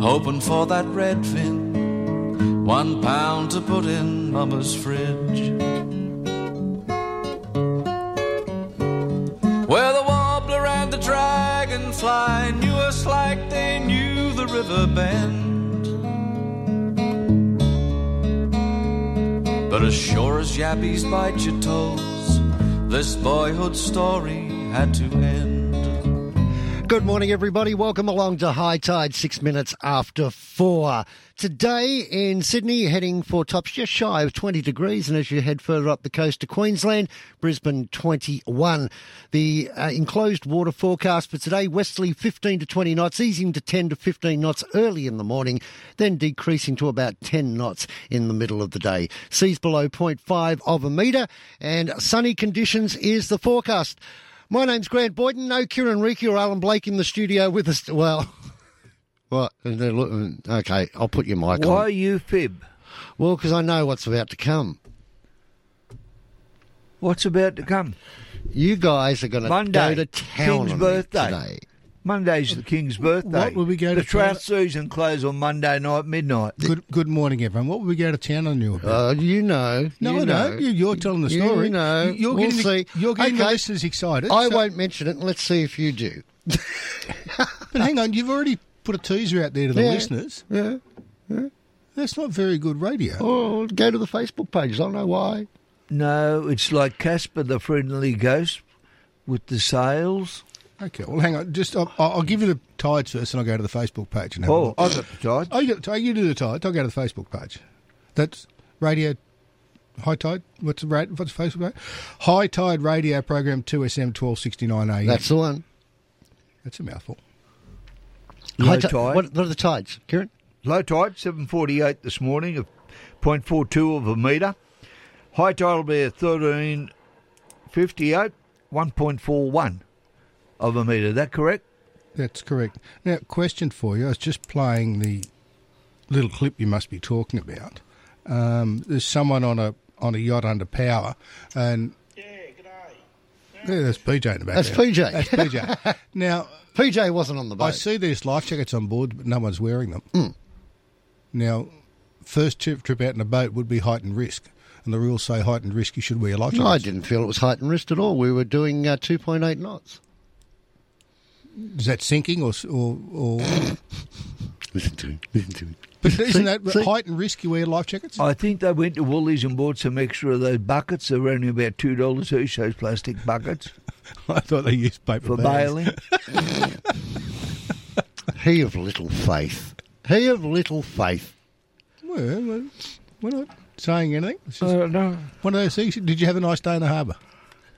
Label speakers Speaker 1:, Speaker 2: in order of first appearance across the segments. Speaker 1: Hoping for that red fin, one pound to put in Mama's fridge. Where the warbler and the dragonfly knew us like they knew the river bend. But as sure as yappies bite your toes, this boyhood story had to end.
Speaker 2: Good morning, everybody. Welcome along to High Tide, six minutes after four. Today in Sydney, heading for tops just shy of 20 degrees, and as you head further up the coast to Queensland, Brisbane 21. The uh, enclosed water forecast for today westerly 15 to 20 knots, easing to 10 to 15 knots early in the morning, then decreasing to about 10 knots in the middle of the day. Seas below 0.5 of a metre, and sunny conditions is the forecast. My name's Grant Boyden. No Kieran Reiki or Alan Blake in the studio with us. Well, what? Okay, I'll put your mic
Speaker 3: Why
Speaker 2: on.
Speaker 3: you fib?
Speaker 2: Well, because I know what's about to come.
Speaker 3: What's about to come?
Speaker 2: You guys are going to go
Speaker 3: Monday,
Speaker 2: to town
Speaker 3: King's
Speaker 2: on me
Speaker 3: birthday.
Speaker 2: today.
Speaker 3: Monday's the King's birthday.
Speaker 4: What will we go to
Speaker 3: The trout
Speaker 4: town-
Speaker 3: season close on Monday night midnight.
Speaker 4: Good, good morning, everyone. What would we go to town on you about?
Speaker 2: Uh, you know.
Speaker 4: no,
Speaker 2: you
Speaker 4: I
Speaker 2: know.
Speaker 4: don't. You, you're telling the
Speaker 2: You
Speaker 4: story.
Speaker 2: know.
Speaker 4: You- You're
Speaker 2: We'll
Speaker 4: getting, the-
Speaker 2: see.
Speaker 4: You're getting the
Speaker 2: Okay.
Speaker 4: listeners excited.
Speaker 2: I
Speaker 4: so-
Speaker 2: won't mention it. and Let's see if you do.
Speaker 4: But hang on, you've already put a teaser out there to the
Speaker 2: Yeah.
Speaker 4: listeners.
Speaker 2: Yeah.
Speaker 4: That's not very good radio.
Speaker 2: Oh, go to the Facebook page. I don't know why.
Speaker 3: No, it's like Casper the Friendly Ghost with the sails.
Speaker 4: Okay, well, hang on. Just I'll, I'll I'll give you the tides first, and I'll go to the Facebook page and have a
Speaker 3: Oh,
Speaker 4: look.
Speaker 3: I've got the tide.
Speaker 4: Oh, you, got the tide. you do the tides. I'll go to the Facebook page. That's radio. High Tide, what's the rate? What's the Facebook? Rate? High Tide Radio Program Two SM twelve sixty nine AM.
Speaker 2: That's the one.
Speaker 4: that's a mouthful.
Speaker 3: Low
Speaker 2: High ti-
Speaker 3: tide.
Speaker 2: What, what are the tides, Kieran?
Speaker 3: Low tide, 7.48 this morning, of 0.42 of a metre. High tide will be at 13.58, 1.41 of a metre. That correct?
Speaker 4: That's correct. Now, question for you. I was just playing the little clip you must be talking about. Um, there's someone on a on a yacht under power, and yeah, good Yeah, that's PJ in the back.
Speaker 2: That's
Speaker 4: there.
Speaker 2: PJ.
Speaker 4: That's PJ. now,
Speaker 2: PJ wasn't on the boat. Mm.
Speaker 4: I see there's life jackets on board, but no one's wearing them. Now, first trip trip out in a boat would be heightened risk, and the rules say heightened risk. You should wear life
Speaker 2: No, I
Speaker 4: jackets.
Speaker 2: didn't feel it was height and wrist at all. We were doing uh, 2.8 knots.
Speaker 4: Is that sinking or s- or? or
Speaker 2: Listen to him. Listen to him.
Speaker 4: but isn't that
Speaker 2: see-
Speaker 4: heightened risk? You wear life jackets.
Speaker 3: I think they went to Woolies and bought some extra of those buckets. They were only about two dollars each. Those plastic buckets
Speaker 4: I thought they used paper
Speaker 3: for
Speaker 4: bags.
Speaker 3: bailing.
Speaker 2: He of little faith. He of little faith.
Speaker 4: Well, well, we're not saying anything. It's just one of those things. Did you have a nice day in the harbour?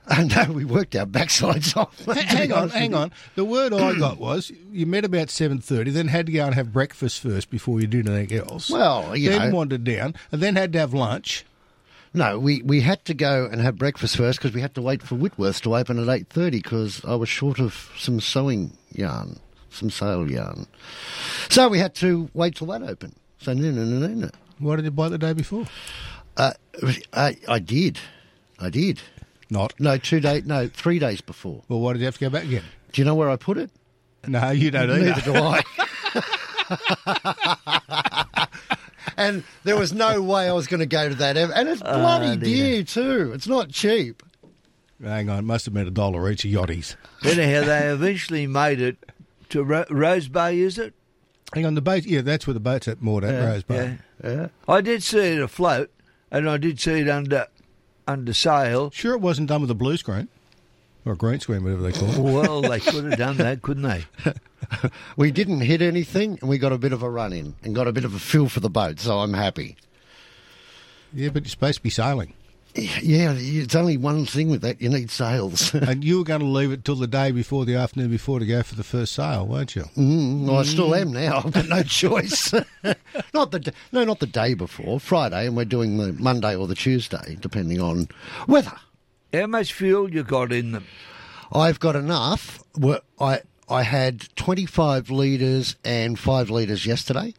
Speaker 2: And Uh, no, we worked our backsides off. to be
Speaker 4: hang on,
Speaker 2: honest with
Speaker 4: hang
Speaker 2: you.
Speaker 4: on. The word I got was you met about seven thirty, then had to go and have breakfast first before you did anything else.
Speaker 2: Well, you
Speaker 4: then
Speaker 2: know.
Speaker 4: wandered down, and then had to have lunch.
Speaker 2: No, we, we had to go and have breakfast first because we had to wait for Whitworth to open at eight thirty because I was short of some sewing yarn, some sale yarn. So we had to wait till that opened. So no, no, no, no, no.
Speaker 4: What did you buy the day before?
Speaker 2: Uh, I, I did, I did.
Speaker 4: Not.
Speaker 2: No, two day, no, three days before.
Speaker 4: Well, why did you have to go back again?
Speaker 2: Do you know where I put it?
Speaker 4: No, you don't either.
Speaker 2: Neither do I. and there was no way I was going to go to that. ever. And it's
Speaker 4: Ah,
Speaker 2: bloody Oh, dear too. It's not cheap.
Speaker 4: Hang on, it must have been a dollar each of yachties.
Speaker 3: Anyhow, they eventually made it to Ro- Rose Bay. Is it?
Speaker 4: Hang on, the boat. Yeah, that's where the boat's at, Mort at Rose Bay.
Speaker 2: Yeah.
Speaker 3: I did see it afloat, and I did see it under under sail.
Speaker 4: Sure, it wasn't done with a blue screen or a green screen, whatever they call it.
Speaker 3: Well, they could have done that, couldn't they?
Speaker 2: We didn't hit anything, and we got a bit of a run in and got a bit of a feel for the boat. So I'm happy.
Speaker 4: Yeah, but you're supposed to be sailing.
Speaker 2: Yeah, it's only one thing with that. You need sales.
Speaker 4: and you were going to leave it till the day before, the afternoon before, to go for the first sale, weren't you?
Speaker 2: Mm, Well, I still am now. I've got no choice. not the d- no, not the day before Friday, and we're doing the Monday or the Tuesday, depending on weather.
Speaker 3: How much fuel you got in them?
Speaker 2: I've got enough. Well, I I had twenty five litres and five litres yesterday,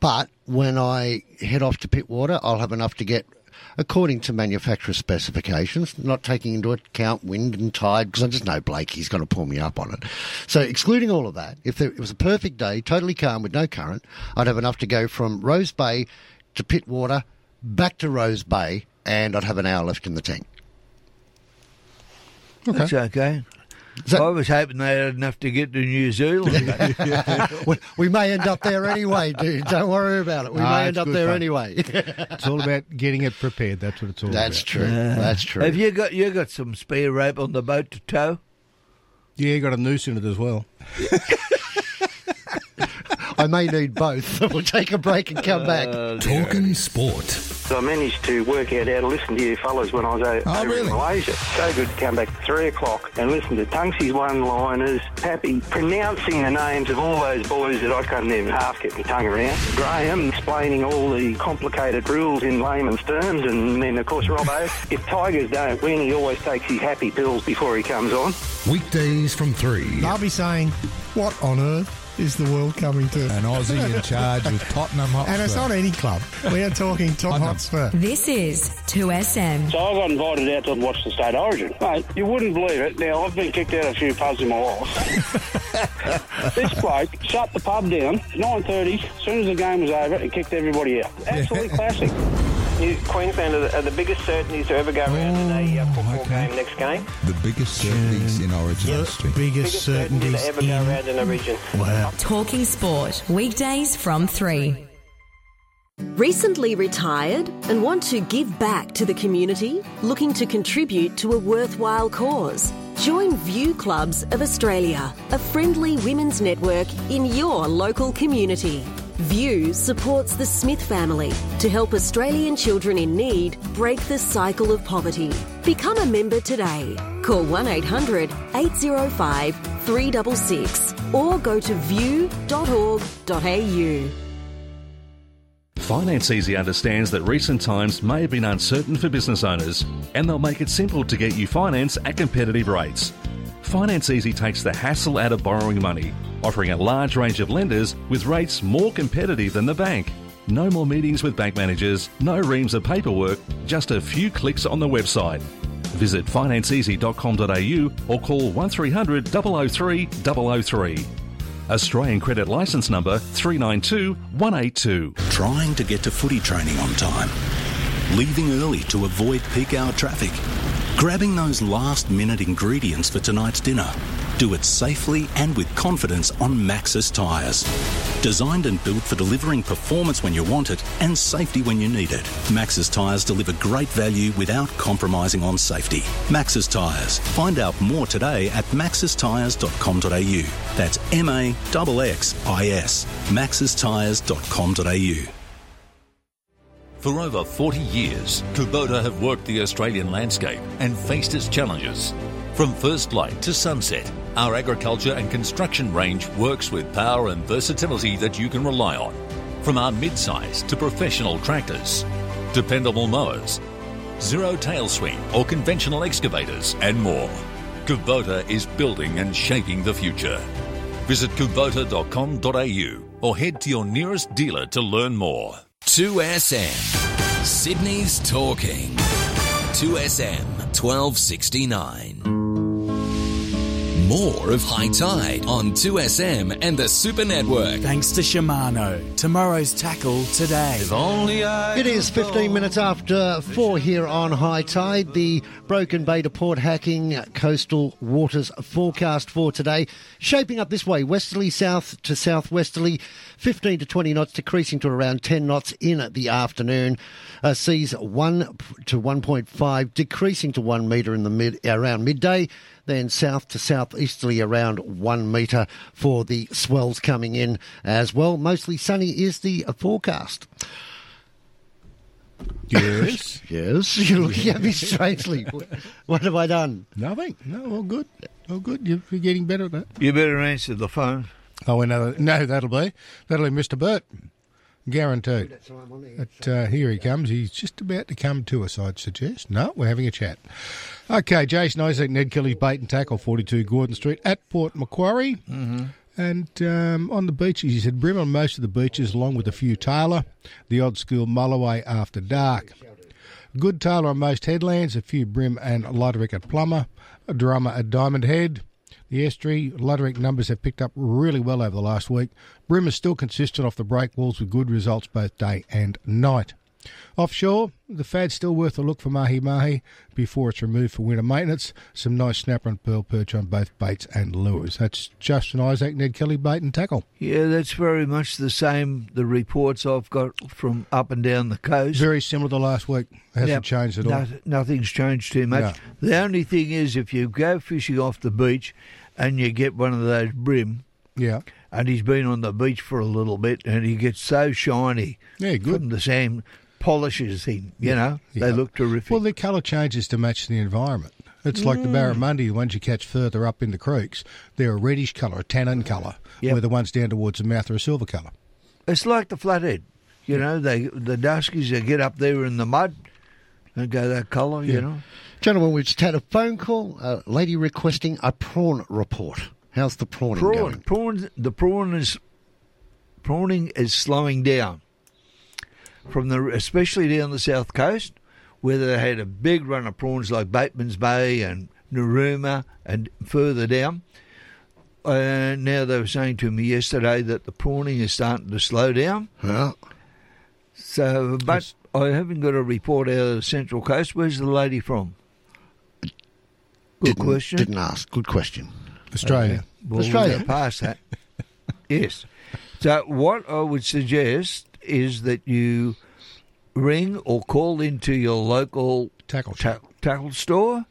Speaker 2: but when I head off to Pittwater, I'll have enough to get. According to manufacturer specifications, not taking into account wind and tide, because I just know Blake, he's going to pull me up on it. So, excluding all of that, if there, it was a perfect day, totally calm with no current, I'd have enough to go from Rose Bay to Pittwater, back to Rose Bay, and I'd have an hour left in the tank.
Speaker 3: That's okay.
Speaker 2: So-
Speaker 3: I was hoping they had enough to get to New Zealand.
Speaker 4: Ah,
Speaker 2: we, we may end up there anyway, dude. Don't worry about it. We
Speaker 4: Ah, it's
Speaker 2: may end up
Speaker 4: good
Speaker 2: there
Speaker 4: fun.
Speaker 2: anyway.
Speaker 4: It's all about getting it prepared. That's what it's all about.
Speaker 2: That's true. That's true.
Speaker 3: Have you got you got some spare rope on the boat to tow?
Speaker 4: Yeah, you got a noose in it as well.
Speaker 2: I may need both. we'll take a break and come back.
Speaker 5: Talking sport.
Speaker 6: So I managed to work out how to listen to you fellas when I was o-
Speaker 5: Oh,
Speaker 6: over
Speaker 5: really?
Speaker 6: in Malaysia. So good to come back at three o'clock and listen to Tungsy's one-liners, Pappy pronouncing the names of all those boys that I couldn't even half get my tongue around. Graham explaining all the complicated rules in layman's terms, and then of course Robbo. if Tigers don't win, he always takes his happy pills before he comes on.
Speaker 5: Weekdays from 3.
Speaker 7: I'll be saying, what on earth is the world coming to?
Speaker 5: An Aussie in charge with Tottenham Hotspur.
Speaker 7: And it's not any club. We are talking top Hotspur.
Speaker 8: This is 2SM.
Speaker 6: So I got invited out to watch the state origin. Mate, you wouldn't believe it. Now, I've been kicked out a few pubs in my life. this bloke shut the pub down, 9.30, as soon as the game was over, and kicked everybody out. Absolutely classic. Queensland are the, are the biggest certainties to ever go around in a uh,
Speaker 4: Oh,
Speaker 6: football game next game.
Speaker 5: The biggest certainties in origin history.
Speaker 7: Biggest
Speaker 6: certainty
Speaker 7: certainties in...
Speaker 6: in a region.
Speaker 7: Wow.
Speaker 8: Talking Sport, weekdays from 3. Recently retired and want to give back to the community, looking to contribute to a worthwhile cause? Join View Clubs of Australia, a friendly women's network in your local community. View supports the Smith family to help Australian children in need break the cycle of poverty. Become a member today. Call 1 800 805 366 or go to view.org.au.
Speaker 9: Finance Easy understands that recent times may have been uncertain for business owners, and they'll make it simple to get you finance at competitive rates. Finance Easy takes the hassle out of borrowing money, offering a large range of lenders with rates more competitive than the bank. No more meetings with bank managers, no reams of paperwork, just a few clicks on the website. Visit financeeasy.com.au or call 1300 003 003. Australian Credit License Number 392 182.
Speaker 5: Trying to get to footy training on time. Leaving early to avoid peak hour traffic. Grabbing those last minute ingredients for tonight's dinner. Do it safely and with confidence on Maxxis tyres. Designed and built for delivering performance when you want it and safety when you need it. Maxxis tyres deliver great value without compromising on safety. Maxxis tyres. Find out more today at maxxistires.com.au. That's M A X X I S. maxxistires.com.au.
Speaker 9: For over 40 years, Kubota have worked the Australian landscape and faced its challenges. From first light to sunset, our agriculture and construction range works with power and versatility that you can rely on. From our mid-size to professional tractors, dependable mowers, zero tail swing or conventional excavators, and more. Kubota is building and shaping the future. Visit kubota.com.au or head to your nearest dealer to learn more.
Speaker 10: 2SM. Sydney's talking. 2SM 1269. More of High Tide on 2SM and the Super Network.
Speaker 11: Thanks to Shimano. Tomorrow's tackle today.
Speaker 1: If only I.
Speaker 2: It is 15 minutes after four here on High Tide. The Broken Bay to Port Hacking coastal waters forecast for today shaping up this way westerly south to southwesterly, 15 to 20 knots, decreasing to around 10 knots in the afternoon. Uh, seas 1 p- to 1.5, decreasing to 1 metre in the mid around midday. Then south to southeasterly around one metre for the swells coming in as well. Mostly sunny is the forecast.
Speaker 4: Yes.
Speaker 2: yes. You're looking at me strangely. What have I done?
Speaker 4: Nothing. No, all good. All good. You're you're getting better at that.
Speaker 3: You better answer the phone.
Speaker 4: Oh, another. No, that'll be. That'll be Mr. Burt. Guaranteed.
Speaker 2: That's what I'm on here.
Speaker 4: But uh, here he comes. He's just about to come to us, I'd suggest. No, we're having a chat. Okay, Jason Isaac, Ned Kelly's bait and tackle, 42 Gordon Street at Port Macquarie. Mm-hmm. And um, on the beaches, he said brim on most of the beaches, along with a few Taylor, the odd school Mulloway after dark. Good Taylor on most headlands, a few brim and Luderick at Plummer, a drummer at Diamond Head. The estuary, Luderick numbers have picked up really well over the last week. Brim is still consistent off the break walls with good results both day and night. Offshore, the fad's still worth a look for mahi mahi before it's removed for winter maintenance. Some nice snapper and pearl perch on both baits and lures. That's Justin Isaac, Ned Kelly, bait and tackle.
Speaker 3: Yeah, that's very much the same. The reports I've got from up and down the coast.
Speaker 4: Very similar to last week. Hasn't
Speaker 3: Now,
Speaker 4: changed at all.
Speaker 3: noth- nothing's changed too much. The only thing is, if you go fishing off the beach and you get one of those brim,
Speaker 4: Yeah.
Speaker 3: and he's been on the beach for a little bit, and he gets so shiny
Speaker 4: Yeah, good.
Speaker 3: from the sand, polishes him. You know, they
Speaker 4: Yeah.
Speaker 3: look terrific.
Speaker 4: Well, their colour changes to match the environment. It's like the
Speaker 3: Mm.
Speaker 4: barramundi, the ones you catch further up in the creeks. They're a reddish colour, a tannin colour,
Speaker 3: Mm. Yep.
Speaker 4: where the ones down towards the mouth are a silver colour.
Speaker 3: It's like the flathead. You know, they the duskies they get up there in the mud and go that colour, you know.
Speaker 2: Gentlemen, we've just had a phone call. A lady requesting a prawn report. How's the prawning
Speaker 3: Prawn,
Speaker 2: going?
Speaker 3: prawn the prawn is prawning is slowing down. From the especially down the south coast, where they had a big run of prawns like Bateman's Bay and Naruma and further down. And now they were saying to me yesterday that the prawning is starting to slow down.
Speaker 2: Well,
Speaker 3: So, but I haven't got a report out of the Central Coast. Where's the lady from? Good
Speaker 2: didn't-
Speaker 3: question.
Speaker 2: Didn't ask. Good question.
Speaker 4: Australia.
Speaker 3: Well, we're
Speaker 2: Australia.
Speaker 3: now Past that. yes. So, what I would suggest is that you ring or call into your local
Speaker 4: Tackle
Speaker 3: ta-
Speaker 4: shop.
Speaker 3: tackle store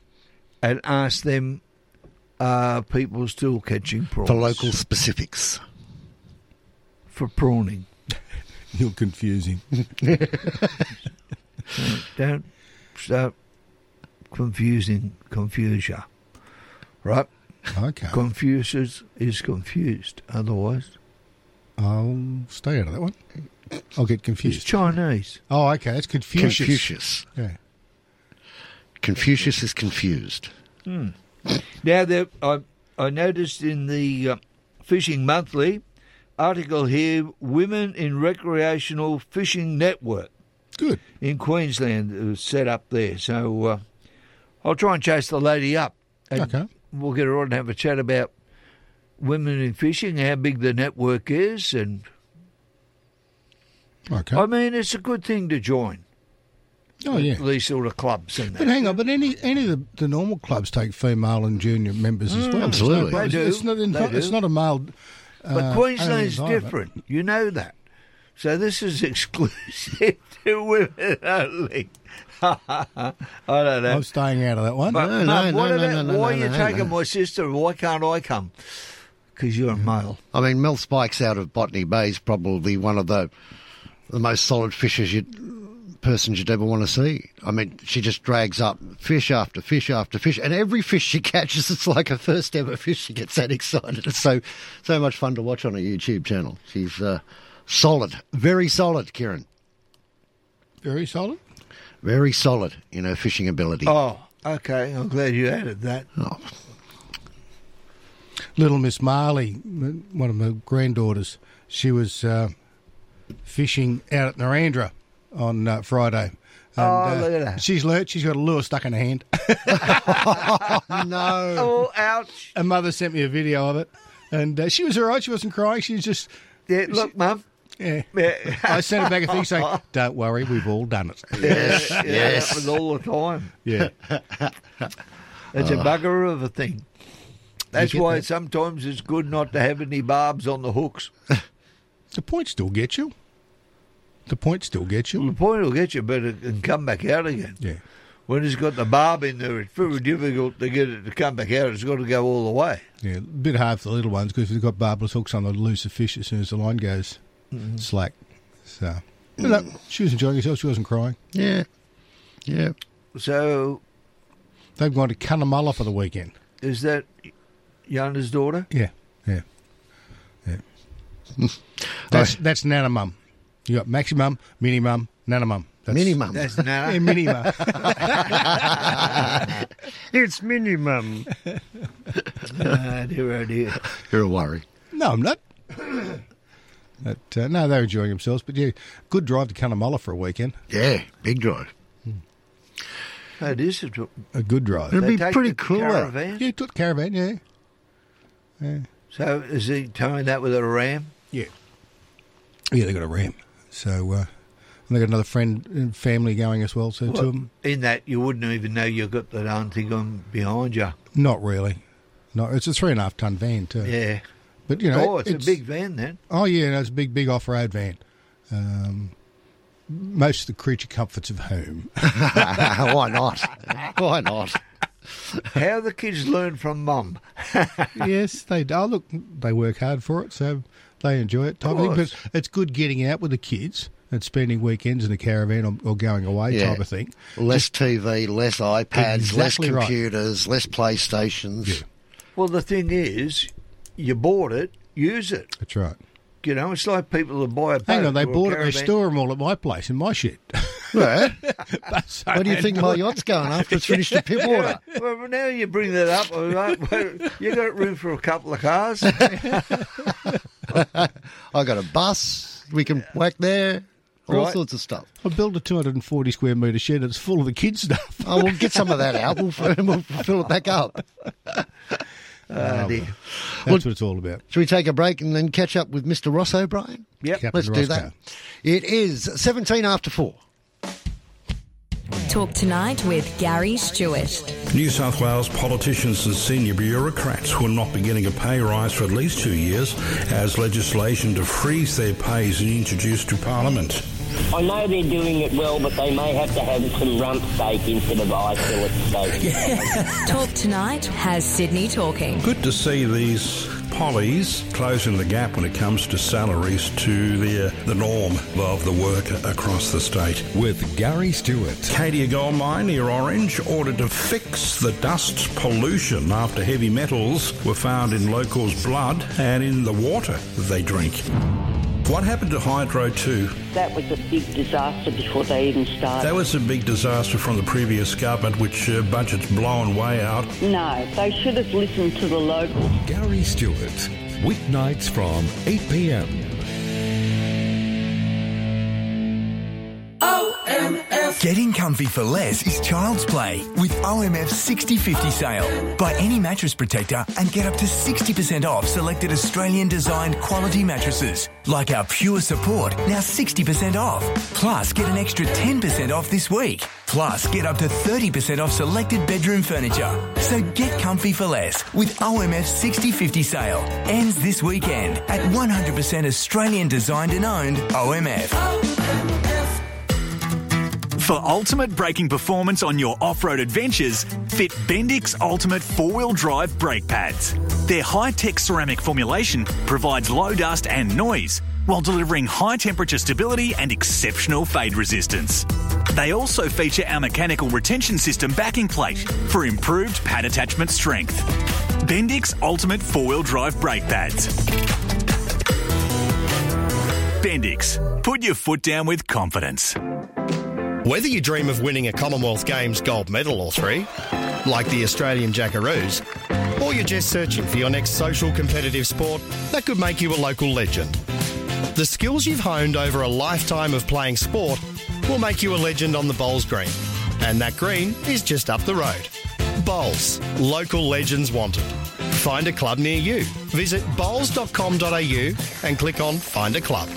Speaker 3: and ask them are people still catching prawns
Speaker 2: For local specifics.
Speaker 3: for prawning.
Speaker 4: You're confusing.
Speaker 3: Don't start confusing confusia. Right?
Speaker 4: Okay.
Speaker 3: Confucius is confused. Otherwise,
Speaker 4: I'll stay out of that one. I'll get
Speaker 3: he's
Speaker 4: confused.
Speaker 3: Chinese.
Speaker 4: Oh, okay. That's Confucius.
Speaker 2: Confucius.
Speaker 4: Yeah.
Speaker 2: Confucius is confused.
Speaker 3: Now, there, I, I noticed in the uh, Fishing Monthly article here Women in Recreational Fishing Network
Speaker 4: Good.
Speaker 3: in Queensland that was set up there. So uh, I'll try and chase the lady up. And
Speaker 4: Okay.
Speaker 3: We'll get her on and have a chat about women in fishing, how big the network is, and
Speaker 4: Okay.
Speaker 3: I mean, it's a good thing to join
Speaker 4: oh, yeah.
Speaker 3: these sort of clubs and
Speaker 4: But
Speaker 3: that.
Speaker 4: hang on, but any any of the, the normal clubs take female and junior members as well. It's
Speaker 2: absolutely.
Speaker 4: no problem.
Speaker 3: Mm. They do.
Speaker 4: It's not, it's
Speaker 3: They
Speaker 4: not, it's
Speaker 3: do.
Speaker 4: not a male. Uh,
Speaker 3: But Queensland's
Speaker 4: only environment.
Speaker 3: different. You know that. So this is exclusive to women only. I don't know.
Speaker 4: I'm staying out of that one.
Speaker 3: But,
Speaker 2: No, no,
Speaker 3: Mum, what
Speaker 2: no, no,
Speaker 3: about-
Speaker 2: no, no,
Speaker 3: why
Speaker 2: no,
Speaker 3: are you
Speaker 2: no,
Speaker 3: taking
Speaker 2: no.
Speaker 3: my sister? Why can't I come? Because you're a male.
Speaker 2: I mean, Mel Spikes out of Botany Bay is probably one of the the most solid fishers you persons you'd ever want to see. I mean, she just drags up fish after fish after fish, and every fish she catches, it's like her first ever fish. She gets that excited. It's so so much fun to watch on her YouTube channel. She's uh, solid, very solid, Kieran,
Speaker 4: Very solid.
Speaker 2: very solid in her fishing ability.
Speaker 3: Oh, okay. I'm glad you added that.
Speaker 2: Oh,
Speaker 4: Little Miss Marley, m- one of my granddaughters, she was uh, fishing out at Narandra on uh, Friday. And, uh,
Speaker 3: Oh, look at that.
Speaker 4: She's learnt. She's got a lure stuck in her hand.
Speaker 2: no,
Speaker 3: Oh, ouch.
Speaker 4: her mother sent me a video of it, and uh, she was all right. She wasn't crying. She was just
Speaker 3: Yeah, look, Mum.
Speaker 4: yeah.
Speaker 3: Yeah,
Speaker 4: I sent her back a thing saying, "Don't worry, we've all done it."
Speaker 3: yes, yeah, That was all the time.
Speaker 4: Yeah. Uh,
Speaker 3: It's a bugger of a thing. That's
Speaker 4: You get
Speaker 3: why
Speaker 4: that?
Speaker 3: sometimes it's good not to have any barbs on the hooks.
Speaker 4: The point still gets you. The point still gets
Speaker 3: The
Speaker 4: you.
Speaker 3: point will get you, but it can come back out again.
Speaker 4: Yeah.
Speaker 3: When it's got the barb in there, it's very difficult to get it to come back out. It's got to go all the way.
Speaker 4: Yeah. A bit hard for the little
Speaker 2: Mm-hmm.
Speaker 4: ones because they've got barbless hooks on, they'll lose the fish as soon as the line goes slack. So, But look, she was enjoying herself. She wasn't crying.
Speaker 2: Yeah. Yeah.
Speaker 3: So
Speaker 4: they've gone to Cunnamulla for the weekend.
Speaker 3: Is that Yana's daughter?
Speaker 4: Yeah. Yeah. Yeah. that's that's Nana Mum. You got Maxi Mum, Mini Mum, Nana Mum. That's,
Speaker 2: Mini Mum.
Speaker 3: That's Nana.
Speaker 4: Yeah, Mini Mum.
Speaker 2: it's minimum.
Speaker 3: Ah, dear, oh dear.
Speaker 2: You're a worry.
Speaker 4: No, I'm not. But, uh, no, they're enjoying themselves. But yeah, good drive to Cunnamulla for a weekend.
Speaker 2: Yeah, big drive.
Speaker 3: That is a dr-
Speaker 4: A good drive.
Speaker 2: It'd
Speaker 3: They
Speaker 2: be
Speaker 3: take
Speaker 2: pretty
Speaker 3: the
Speaker 2: cool. eh?
Speaker 3: caravan.
Speaker 4: Yeah, took caravan. Yeah,
Speaker 3: So is he towing that with a ram?
Speaker 4: yeah, yeah. They got a ram. So uh, and they got another friend and family going as well. So two of them.
Speaker 3: In that you wouldn't even know you've got the darn thing on behind you.
Speaker 4: Not really. No, it's a three and a half ton van too.
Speaker 3: Yeah.
Speaker 4: But you know,
Speaker 3: oh, it's, a big van then.
Speaker 4: Oh yeah, no, it's a big, big off-road van. Um, most of the creature comforts of home.
Speaker 2: Ah, Why not? Why not?
Speaker 3: How the kids learn from mum.
Speaker 4: yes, they do. Oh, look, they work hard for it, so they enjoy it. Type of thing. But
Speaker 3: course.
Speaker 4: it's good getting out with the kids and spending weekends in a caravan or, or going away
Speaker 2: Yeah.
Speaker 4: type of thing.
Speaker 2: Less TV, less iPads,
Speaker 4: Exactly
Speaker 2: less
Speaker 4: right.
Speaker 2: computers, less PlayStations.
Speaker 3: Well, the thing is, you bought it, use it.
Speaker 4: That's right.
Speaker 3: You know, it's like people that buy a boat
Speaker 4: Hang on, they
Speaker 3: or a
Speaker 4: bought it. They
Speaker 3: Oh, caravan.
Speaker 4: store them all at my place in my shed.
Speaker 2: Right?
Speaker 4: That's
Speaker 2: Where do you think my yacht's going after it's finished the pip order?
Speaker 3: Well, now you bring that up. all right, well, you got room for a couple of cars.
Speaker 2: I got a bus. We can whack there. All
Speaker 3: Right.
Speaker 2: sorts of stuff.
Speaker 4: I built a 240 square metre shed. It's full of the kids' stuff.
Speaker 2: Oh, we'll get some of that out. We'll, we'll fill it back up. Ah,
Speaker 3: Oh, dear.
Speaker 4: Ah, That's what it's all about.
Speaker 2: Should we take a break and then catch up with Mr. Ross O'Brien?
Speaker 3: Yep.
Speaker 4: Captain
Speaker 2: Let's do that.
Speaker 4: Roscoe.
Speaker 2: It is 17 after 4.
Speaker 8: Talk tonight with Gary Stewart.
Speaker 12: New South Wales politicians and senior bureaucrats will not be getting a pay rise for at least two years as legislation to freeze their pays is introduced to Parliament.
Speaker 13: I know they're doing it well, but they may have to have some rump steak instead of eye fillet steak.
Speaker 8: Talk tonight has Sydney talking.
Speaker 12: Good to see these pollies closing the gap when it comes to salaries to the, uh, the norm of the worker across the state.
Speaker 9: With Gary Stewart.
Speaker 12: Cadia Gold Mine near Orange ordered to fix the dust pollution after heavy metals were found in locals' blood and in the water they drink. What happened to Hydro 2?
Speaker 13: That was a big disaster before they even started.
Speaker 12: That was a big disaster from the previous government, which uh, budget's blown way out.
Speaker 13: No, they should have listened to the locals.
Speaker 9: Gary Stewart. Weeknights from 8 p.m.
Speaker 7: Getting comfy for less is child's play with OMF's 60/50 sale. Buy any mattress protector and get up to 60% off selected Australian designed quality mattresses. Like our Pure Support, now 60% off. Plus, get an extra 10% off this week. Plus, get up to 30% off selected bedroom furniture. So get comfy for less with OMF's 60/50 sale. Ends this weekend at 100% Australian designed and owned OMF.
Speaker 11: For ultimate braking performance on your off-road adventures, fit Bendix Ultimate four-wheel drive brake pads. Their high-tech ceramic formulation provides low dust and noise while delivering high temperature stability and exceptional fade resistance. They also feature our mechanical retention system backing plate for improved pad attachment strength. Bendix Ultimate four-wheel drive brake pads. Bendix, put your foot down with confidence.
Speaker 14: Whether you dream of winning a Commonwealth Games gold medal or three, like the Australian Jackaroos, or you're just searching for your next social competitive sport that could make you a local legend, the skills you've honed over a lifetime of playing sport will make you a legend on the bowls green. And that green is just up the road. Bowls, local legends wanted. Find a club near you. Visit bowls.com.au and click on Find a Club.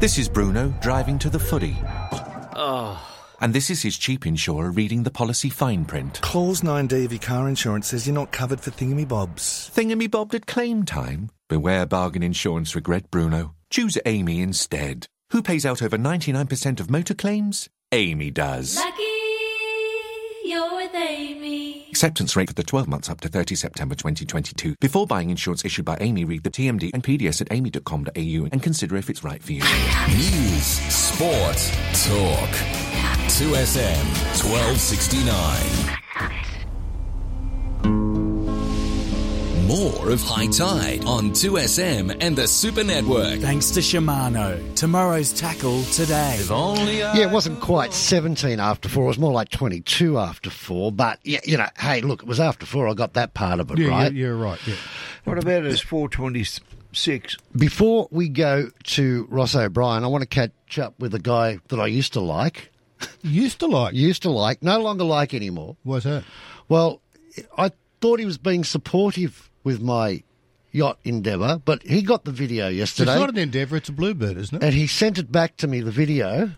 Speaker 1: This is Bruno driving to the footy. Oh. And this is his cheap insurer reading the policy fine print.
Speaker 7: Clause 9D of car insurance says you're not covered for thingamybobs.
Speaker 1: Thingamy bobbed at claim time. Beware bargain insurance regret, Bruno. Choose Amy instead. Who pays out over 99% of motor claims? Amy does.
Speaker 15: Lucky you're with birthday, me.
Speaker 16: Acceptance rate for the 12 months up to 30 September 2022. Before buying insurance issued by Amy, read the TMD and PDS at amy.com.au and consider if it's right for you.
Speaker 10: News, sport, talk. 2SM 1269. More of High Tide on 2SM and the Super Network.
Speaker 17: Thanks to Shimano. Tomorrow's tackle today.
Speaker 2: Yeah, it wasn't quite 17 after four. It was more like 22 after four. But, yeah, you know, hey, look, it was after four. I got that part of it
Speaker 4: Yeah,
Speaker 2: right.
Speaker 4: yeah, you're right. Yeah.
Speaker 3: What about it's four twenty six?
Speaker 2: Before we go to Ross O'Brien, I want to catch up with a guy that I used to like.
Speaker 4: Used to like?
Speaker 2: used to like. No longer like anymore.
Speaker 4: What's that?
Speaker 2: Well, I thought he was being supportive with my yacht endeavour, but he got the video
Speaker 4: It's
Speaker 2: yesterday.
Speaker 4: not an endeavour, it's a bluebird, isn't it?
Speaker 2: and he sent it back to me, the video,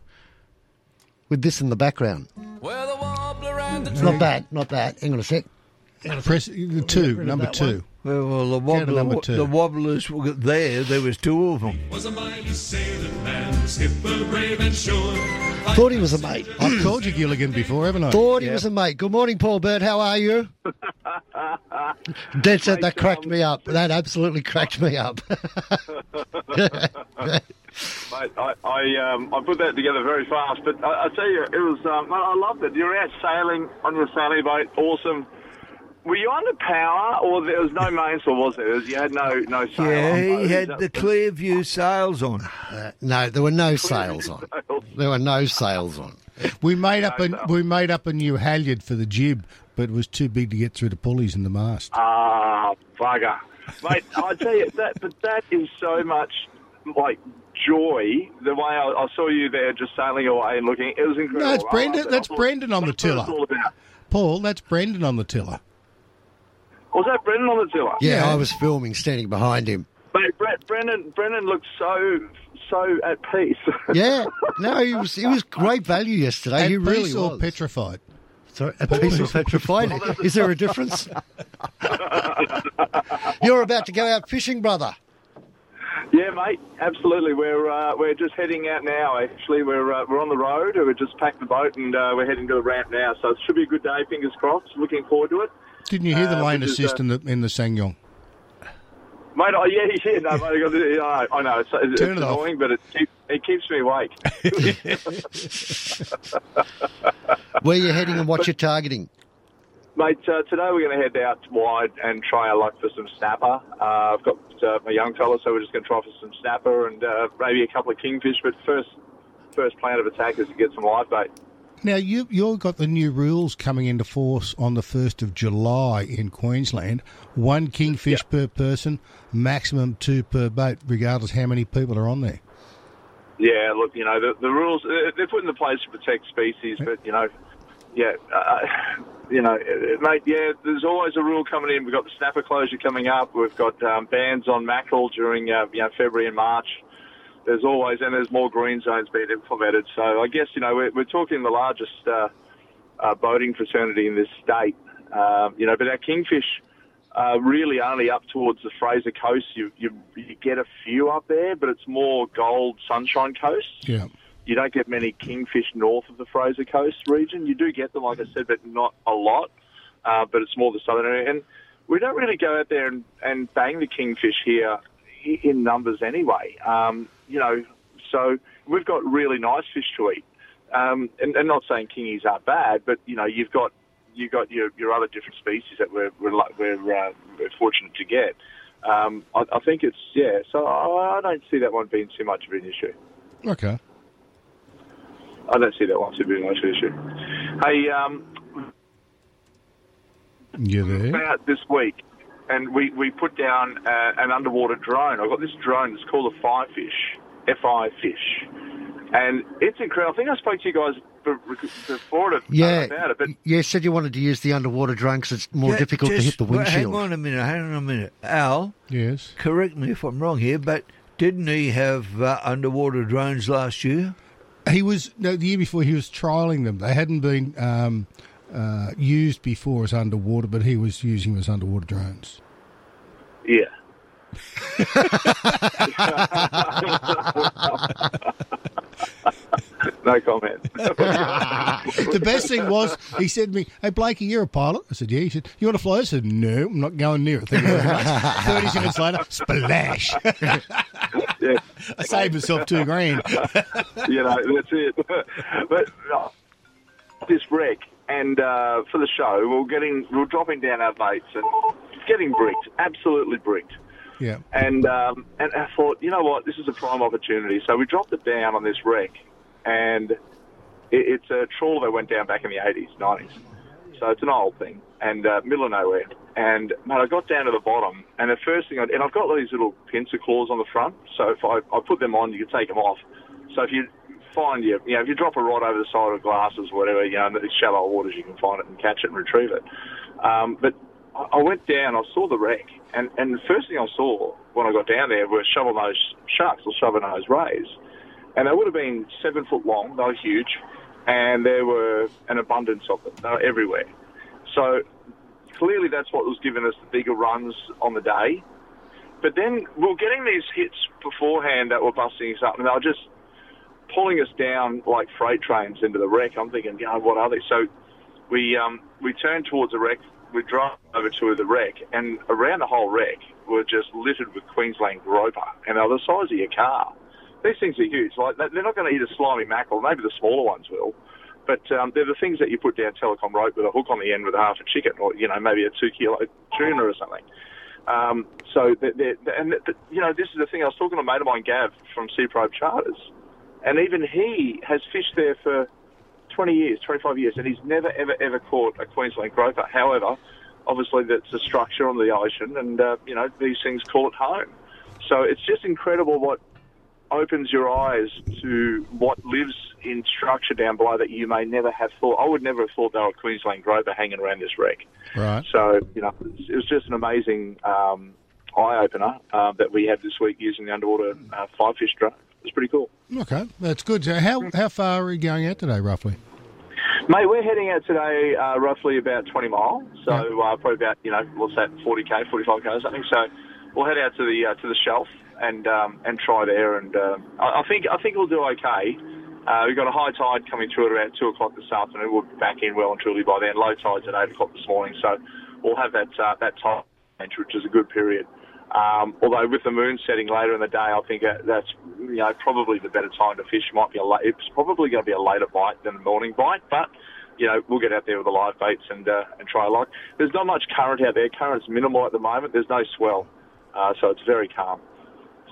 Speaker 2: with this in the background. It's not bad, not bad. Hang on a sec.
Speaker 4: Press the two, number two.
Speaker 3: Well, well the,
Speaker 4: Go to number
Speaker 3: wobbler,
Speaker 4: two.
Speaker 3: the wobblers were there. There was two of them.
Speaker 18: Was a mighty sailing man, skipper brave and sure.
Speaker 2: Thought he was a mate.
Speaker 4: I've called you Gilligan before, haven't I?
Speaker 2: Thought he was a mate. Good morning, Paul Bird. How are you? Dead set. That cracked me up. That absolutely cracked me up.
Speaker 19: Mate, I, I, um, I put that together very fast, but I, I tell you, it was. Um, mate, I loved it. You're out sailing on your sally boat, awesome. Were you under power, or there was no mainsail? Was there? You had no no sail.
Speaker 3: Yeah,
Speaker 19: on boat,
Speaker 3: he
Speaker 19: is
Speaker 3: had
Speaker 19: that-
Speaker 3: the clear view sails on.
Speaker 2: Uh, no, there were no sails on. There were no sails on.
Speaker 4: We made up a we made up a new halyard for the jib, but it was too big to get through the pulleys and the mast.
Speaker 19: Ah, bugger, mate. I tell you that, but that is so much like joy. The way I, I saw you there, just sailing away and looking, it was incredible.
Speaker 4: No, it's
Speaker 19: I
Speaker 4: Brendan.
Speaker 19: loved it.
Speaker 4: That's
Speaker 19: I thought-
Speaker 4: Brendan on the
Speaker 19: that's what it's all
Speaker 4: tiller.
Speaker 19: about.
Speaker 4: Paul, that's Brendan on the tiller.
Speaker 19: Was that Brendan on the tiller?
Speaker 2: Yeah, I was filming, standing behind him.
Speaker 19: Mate, Bre- Brendan, Brendan looked so so at peace.
Speaker 2: Yeah, no, he was he was great value yesterday.
Speaker 4: At
Speaker 2: he really
Speaker 4: peace or
Speaker 2: was.
Speaker 4: petrified.
Speaker 2: Sorry, a piece of petrified. Is there a difference? You're about to go out fishing, brother.
Speaker 19: yeah, mate, absolutely. We're uh, we're just heading out now. Actually, we're uh, we're on the road. We've just packed the boat and uh, we're heading to the ramp now. So it should be a good day. Fingers crossed. Looking forward to it.
Speaker 4: Didn't you hear the
Speaker 19: Uh,
Speaker 4: lane
Speaker 19: which is,
Speaker 4: assist
Speaker 19: uh,
Speaker 4: in the in the Sangyong?
Speaker 19: Mate, oh, yeah, yeah, no, mate, I, got the, I, I know it's, it's
Speaker 4: Turn it off.
Speaker 19: annoying, but it keeps it keeps me awake.
Speaker 2: Where you heading and what you're targeting?
Speaker 19: Mate, uh, today we're going to head out wide and try our luck for some snapper. Uh, I've got uh, my young fella, so we're just going to try for some snapper and uh, maybe a couple of kingfish. But first, first plan of attack is to get some live bait.
Speaker 4: Now you you've got the new rules coming into force on the first of July in Queensland. One kingfish per person, maximum two per boat, regardless how many people are on there.
Speaker 19: Yeah, look, you know the, the rules uh, they're put in the place to protect species, but you know, yeah, uh, you know, uh, mate, yeah, there's always a rule coming in. We've got the snapper closure coming up. We've got um, bans on mackerel during uh, you know February and March. There's always and there's more green zones being implemented. So I guess you know we're, we're talking the largest uh, uh, boating fraternity in this state. Um, you know, but our kingfish uh, really only up towards the Fraser coast. You, you you get a few up there, but it's more gold sunshine coast.
Speaker 4: Yeah.
Speaker 19: You don't get many kingfish north of the Fraser Coast region. You do get them, like I said, but not a lot. Uh, but it's more the southern area, and we don't really go out there and, and bang the kingfish here i- in numbers anyway. Um, you know, so we've got really nice fish to eat. Um, and, and not saying kingies aren't bad, but you know, you've got you've got your, your other different species that we're we're, lu- we're, uh, we're fortunate to get. Um, I, I think it's yeah. So I, I don't see that one being too much of an issue.
Speaker 4: Okay.
Speaker 19: I don't see that one too being much of an issue. Hey, um,
Speaker 4: You there?
Speaker 19: about this week, and we, we put down uh, an underwater drone. I've got this drone. It's called a Firefish, F-I fish, and it's incredible. I think I spoke to you guys be- before it, uh,
Speaker 2: Yeah,
Speaker 19: about it, but
Speaker 2: you said you wanted to use the underwater drone because it's more
Speaker 3: Yeah,
Speaker 2: difficult to hit
Speaker 3: just-
Speaker 2: the
Speaker 3: well,
Speaker 2: windshield.
Speaker 3: hang on a minute. Hang on a minute, Al.
Speaker 4: Yes.
Speaker 3: Correct me if I'm wrong here, but didn't he have uh, underwater drones last year?
Speaker 4: He was no, the year before. He was trialing them. They hadn't been um, uh, used before as underwater, but he was using them as underwater drones.
Speaker 19: yeah. No comment.
Speaker 4: the best thing was he said to me, "Hey Blakey, you're a pilot." I said, "Yeah." He said, "You want to fly?" I said, "No, I'm not going near it." Thank you very much. Thirty seconds later, splash! I saved myself two grand.
Speaker 19: you know, that's it. but uh, this wreck, and uh, for the show, we we're getting, we we're dropping down our mates and getting bricked, absolutely bricked.
Speaker 4: Yeah.
Speaker 19: And um, and I thought, you know what, this is a prime opportunity. So we dropped it down on this wreck, and it, it's a trawler that went down back in the eighties, nineties. So it's an old thing, and uh, middle of nowhere. And man, I got down to the bottom, and the first thing, I, and I've got these little pincer claws on the front. So if I, I put them on, you can take them off. So if you find your, you know, if you drop a rod over the side of glasses, or whatever, you know, in the shallow waters, you can find it and catch it and retrieve it. Um, but I I went down, I saw the wreck, and, and the first thing I saw when I got down there were shovel nose sharks or shovel nose rays. And they would have been seven foot long, they were huge, and there were an abundance of them. They were everywhere. So clearly that's what was giving us the bigger runs on the day. But then we were getting these hits beforehand that were busting us up, and they were just pulling us down like freight trains into the wreck. I'm thinking, God, what are they? So we um, we turned towards the wreck. We drove over to the wreck, and around the whole wreck were just littered with Queensland groper, and they were the size of your car. These things are huge. Like they- they're not going to eat a slimy mackerel. Maybe the smaller ones will, but um, they're the things that you put down telecom rope with a hook on the end with half a chicken, or you know maybe a two kilo tuna or something. Um, so, they're, they're, and th- th- you know, this is the thing. I was talking to a mate of mine, Gav, from Sea Probe Charters, and even he has fished there for 20 years, 25 years, and he's never, ever, ever caught a Queensland groper. However, obviously that's a structure on the ocean, and uh, you know these things call it home. So it's just incredible what opens your eyes to what lives in structure down below that you may never have thought. I would never have thought there were Queensland groper hanging around this wreck.
Speaker 4: Right.
Speaker 19: So, you know, it was just an amazing um, eye opener uh, that we had this week using the underwater uh, five fish drone. It was pretty cool.
Speaker 4: Okay, that's good. So how how far are you going out today, roughly?
Speaker 19: Mate, we're heading out today uh, roughly about 20 miles, so uh, probably about, you know, what's that, 40k, 45k or something. So we'll head out to the uh, to the shelf and um, and try there, and uh, I, I think I think we'll do okay. Uh, we've got a high tide coming through at around 2 o'clock this afternoon. We'll be back in well and truly by then. Low tide's at 8 o'clock this morning, so we'll have that, uh, that tide range, which is a good period. Um, although with the moon setting later in the day, I think that- that's you know probably the better time to fish. Might be a late, it's probably going to be a later bite than a morning bite, but you know we'll get out there with the live baits and uh, and try a lot. There's not much current out there. Current's minimal at the moment. There's no swell, uh, so it's very calm.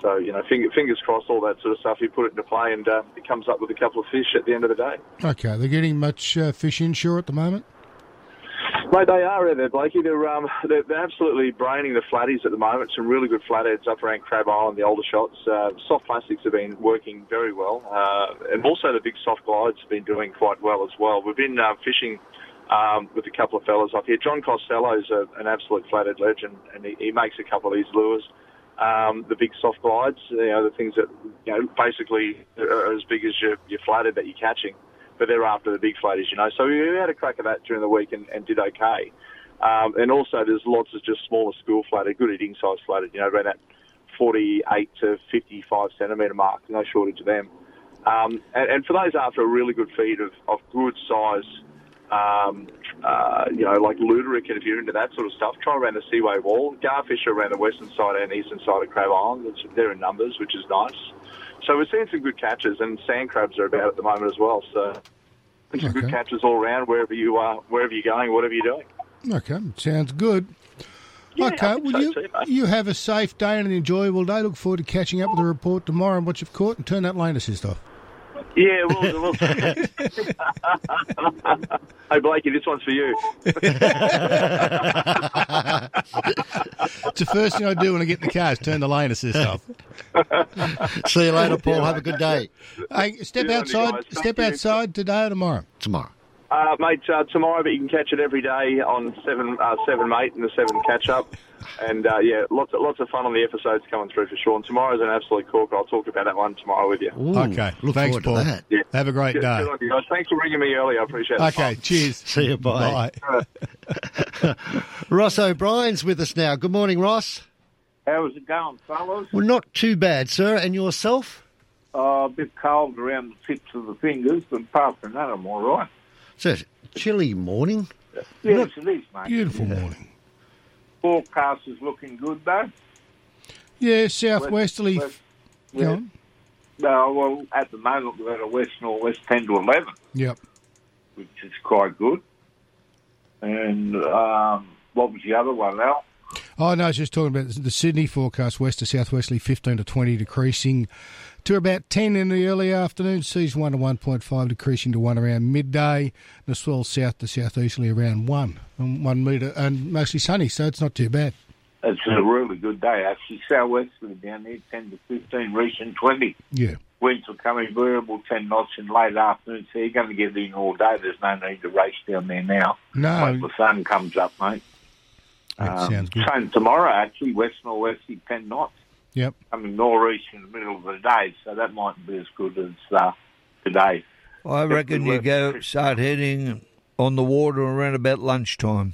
Speaker 19: So you know, finger, fingers crossed, all that sort of stuff. You put it into play, and uh, it comes up with a couple of fish at the end of the day.
Speaker 4: Okay, they're getting much uh, fish inshore at the moment.
Speaker 19: Mate, they are out there, Blakey. They're, um, they're, they're absolutely braining the flatties at the moment. Some really good flatheads up around Crab Island, the older shots. Uh, soft plastics have been working very well. Uh, and also the big soft glides have been doing quite well as well. We've been uh, fishing um, with a couple of fellas up here. John Costello's a, an absolute flathead legend, and he, he makes a couple of these lures. Um, the big soft glides, you know, the things that, you know, basically are as big as your, your flathead that you're catching but they're after the big flat, as you know. So we had a crack at that during the week and, and did okay. Um, and also, there's lots of just smaller school flatted, good eating size flatted, you know, around that 48 to 55 centimetre mark, no shortage of them. Um, and, and for those after a really good feed of, of good size, um, uh, you know, like Luderick, and if you're into that sort of stuff, try around the Seaway Wall. Garfish are around the western side and eastern side of Crab Island. It's, they're in numbers, which is nice. So we're seeing some good catches, and sand crabs are about at the moment as well. So some good catches all around wherever you are, wherever you're going, whatever you're doing.
Speaker 4: Okay, sounds good. okay, well you you have a safe day and an enjoyable day. Look forward to catching up with the report tomorrow and what you've caught, and turn that lane assist off.
Speaker 19: Yeah, we'll, do, we'll do. hey, Blakey, this one's for you.
Speaker 4: It's the first thing I do when I get in the car is turn the lane assist off.
Speaker 2: See you later, Paul. Have a good day.
Speaker 4: Hey, step
Speaker 19: Yeah,
Speaker 4: outside.
Speaker 19: guys.
Speaker 4: Step
Speaker 19: Thank you.
Speaker 4: outside today or tomorrow.
Speaker 2: Tomorrow.
Speaker 19: Uh, mate, uh, tomorrow, but you can catch it every day on seven, uh, seven mate, and the seven catch up, and uh, yeah, lots of, lots of fun on the episodes coming through for sure. And tomorrow's an absolute corker. I'll talk about that one tomorrow with you.
Speaker 4: okay, thanks, Paul.
Speaker 19: Yeah.
Speaker 4: Have a great
Speaker 19: Good-
Speaker 4: day.
Speaker 19: good on you guys. Thanks for ringing me early. I appreciate it.
Speaker 4: Okay, cheers. See
Speaker 2: you. Bye. Ross O'Brien's with us now. Good morning, Ross.
Speaker 15: How's it going, fellas?
Speaker 2: Well, not too bad, sir. And yourself?
Speaker 15: Uh, a bit cold around the tips of the fingers, but apart from that, I'm all right.
Speaker 2: So it's a chilly morning.
Speaker 15: Yes, it is, mate.
Speaker 4: Beautiful morning.
Speaker 15: Forecast is looking good, though.
Speaker 4: Yeah, southwesterly.
Speaker 15: West-
Speaker 4: Go
Speaker 15: yeah.
Speaker 4: on.
Speaker 15: No, well, at the moment, we're at a west northwest 10 to 11,
Speaker 4: Yep.
Speaker 15: which is quite good. And um, what was the other one, Al?
Speaker 4: Oh, no, I was just talking about the Sydney forecast, west to southwesterly, 15 to 20, decreasing to about 10 in the early afternoon, seas 1 to 1.5, decreasing to 1 around midday, and a swell south to southeasterly around 1, and 1 metre, and mostly sunny, so it's not too bad.
Speaker 15: It's a really good day, actually. Southwesterly down there, 10 to 15, reaching 20.
Speaker 4: Yeah.
Speaker 15: Winds will come in variable 10 knots in late afternoon, so you're going to get in all day. There's no need to race down there now.
Speaker 4: No.
Speaker 15: Wait till the sun comes up, mate. Um,
Speaker 4: That
Speaker 15: Uh,
Speaker 4: sounds good.
Speaker 15: Same tomorrow, actually, west northwesterly 10 knots.
Speaker 4: Yep.
Speaker 15: coming northeast in the middle of the day, so that mightn't be as good as uh, today.
Speaker 3: I reckon you go start heading on the water around about lunchtime.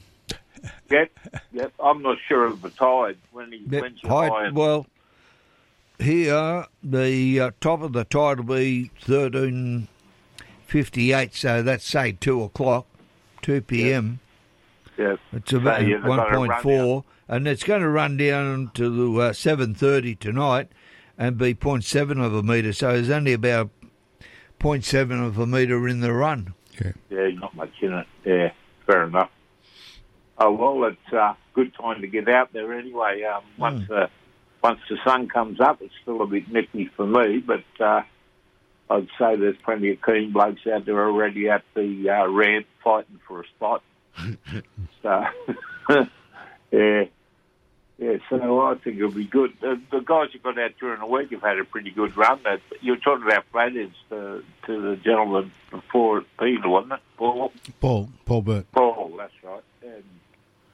Speaker 15: Yep, yep. I'm not sure of the tide when he
Speaker 3: Yep,
Speaker 15: when's the
Speaker 3: height-
Speaker 15: tide.
Speaker 3: well, here the uh, top of the tide will be thirteen fifty-eight. So that's say two o'clock, two p.m.
Speaker 15: Yeah,
Speaker 3: it's about
Speaker 15: So you've got
Speaker 3: one
Speaker 15: a
Speaker 3: point four, and it's going to run down to uh, seven thirty tonight, and be 0.7 of a meter. So there's only about 0.7 of a meter in the run.
Speaker 15: Yeah, not much in it. Yeah, fair enough. Oh well, it's a uh, good time to get out there anyway. Um,
Speaker 3: Hmm.
Speaker 15: once uh, once the sun comes up, it's still a bit nippy for me, but uh, I'd say there's plenty of keen blokes out there already at the uh, ramp fighting for a spot. So, yeah, yeah. So I think it'll be good. The, the guys who got out during the week have had a pretty good run. That you were talking about Flanders to, to the gentleman before Peter, wasn't it? Paul,
Speaker 4: Paul, Paul Burt.
Speaker 15: Paul, that's right. And,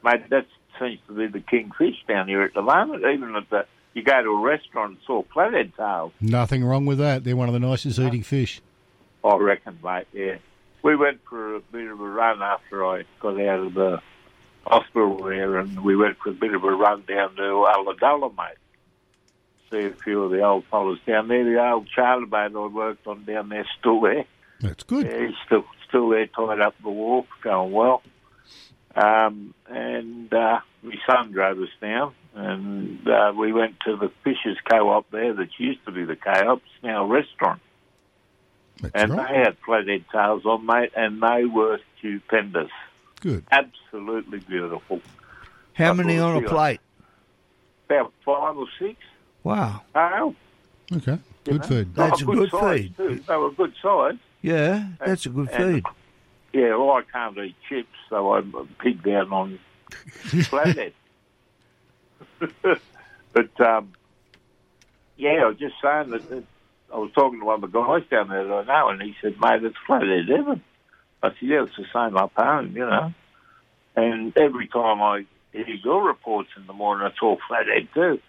Speaker 15: mate, that seems to be the kingfish down here at the moment. Even at the you go to a restaurant and saw flathead tails.
Speaker 4: Nothing wrong with that. They're one of the nicest eating fish.
Speaker 15: I reckon, mate. Yeah, we went for a bit of a run after I got out of the hospital there, and we went for a bit of a run down to Ulladulla, mate. See a few of the old fellas down there. The old charter mate I worked on down there still there.
Speaker 4: That's good.
Speaker 15: Yeah, he's still still there, tied up the wharf, going well. Um, and uh, my son drove us down, and uh, we went to the Fishers Co-op there that used to be the Co-op. It's now a restaurant. and they had flathead tails on, mate, and they were stupendous.
Speaker 4: Good.
Speaker 15: Absolutely beautiful.
Speaker 3: How
Speaker 15: I've
Speaker 3: many
Speaker 15: got
Speaker 3: on a
Speaker 15: feeling.
Speaker 3: plate?
Speaker 15: About five or six
Speaker 3: Wow,
Speaker 15: tail.
Speaker 4: Okay.
Speaker 15: you
Speaker 4: Good
Speaker 15: know.
Speaker 4: food.
Speaker 3: That's
Speaker 15: Oh,
Speaker 3: a good
Speaker 15: size,
Speaker 3: feed.
Speaker 15: Too. They were good size.
Speaker 3: yeah, that's a good
Speaker 15: And-
Speaker 3: feed.
Speaker 15: Yeah, well, I can't eat chips, so I pig down on flathead. but um, yeah, I was just saying that, that I was talking to one of the guys down there that I know, and he said, "Mate, it's flathead heaven." I said, "Yeah, it's the same up home, you know." And every time I hear your reports in the morning, it's all flathead too.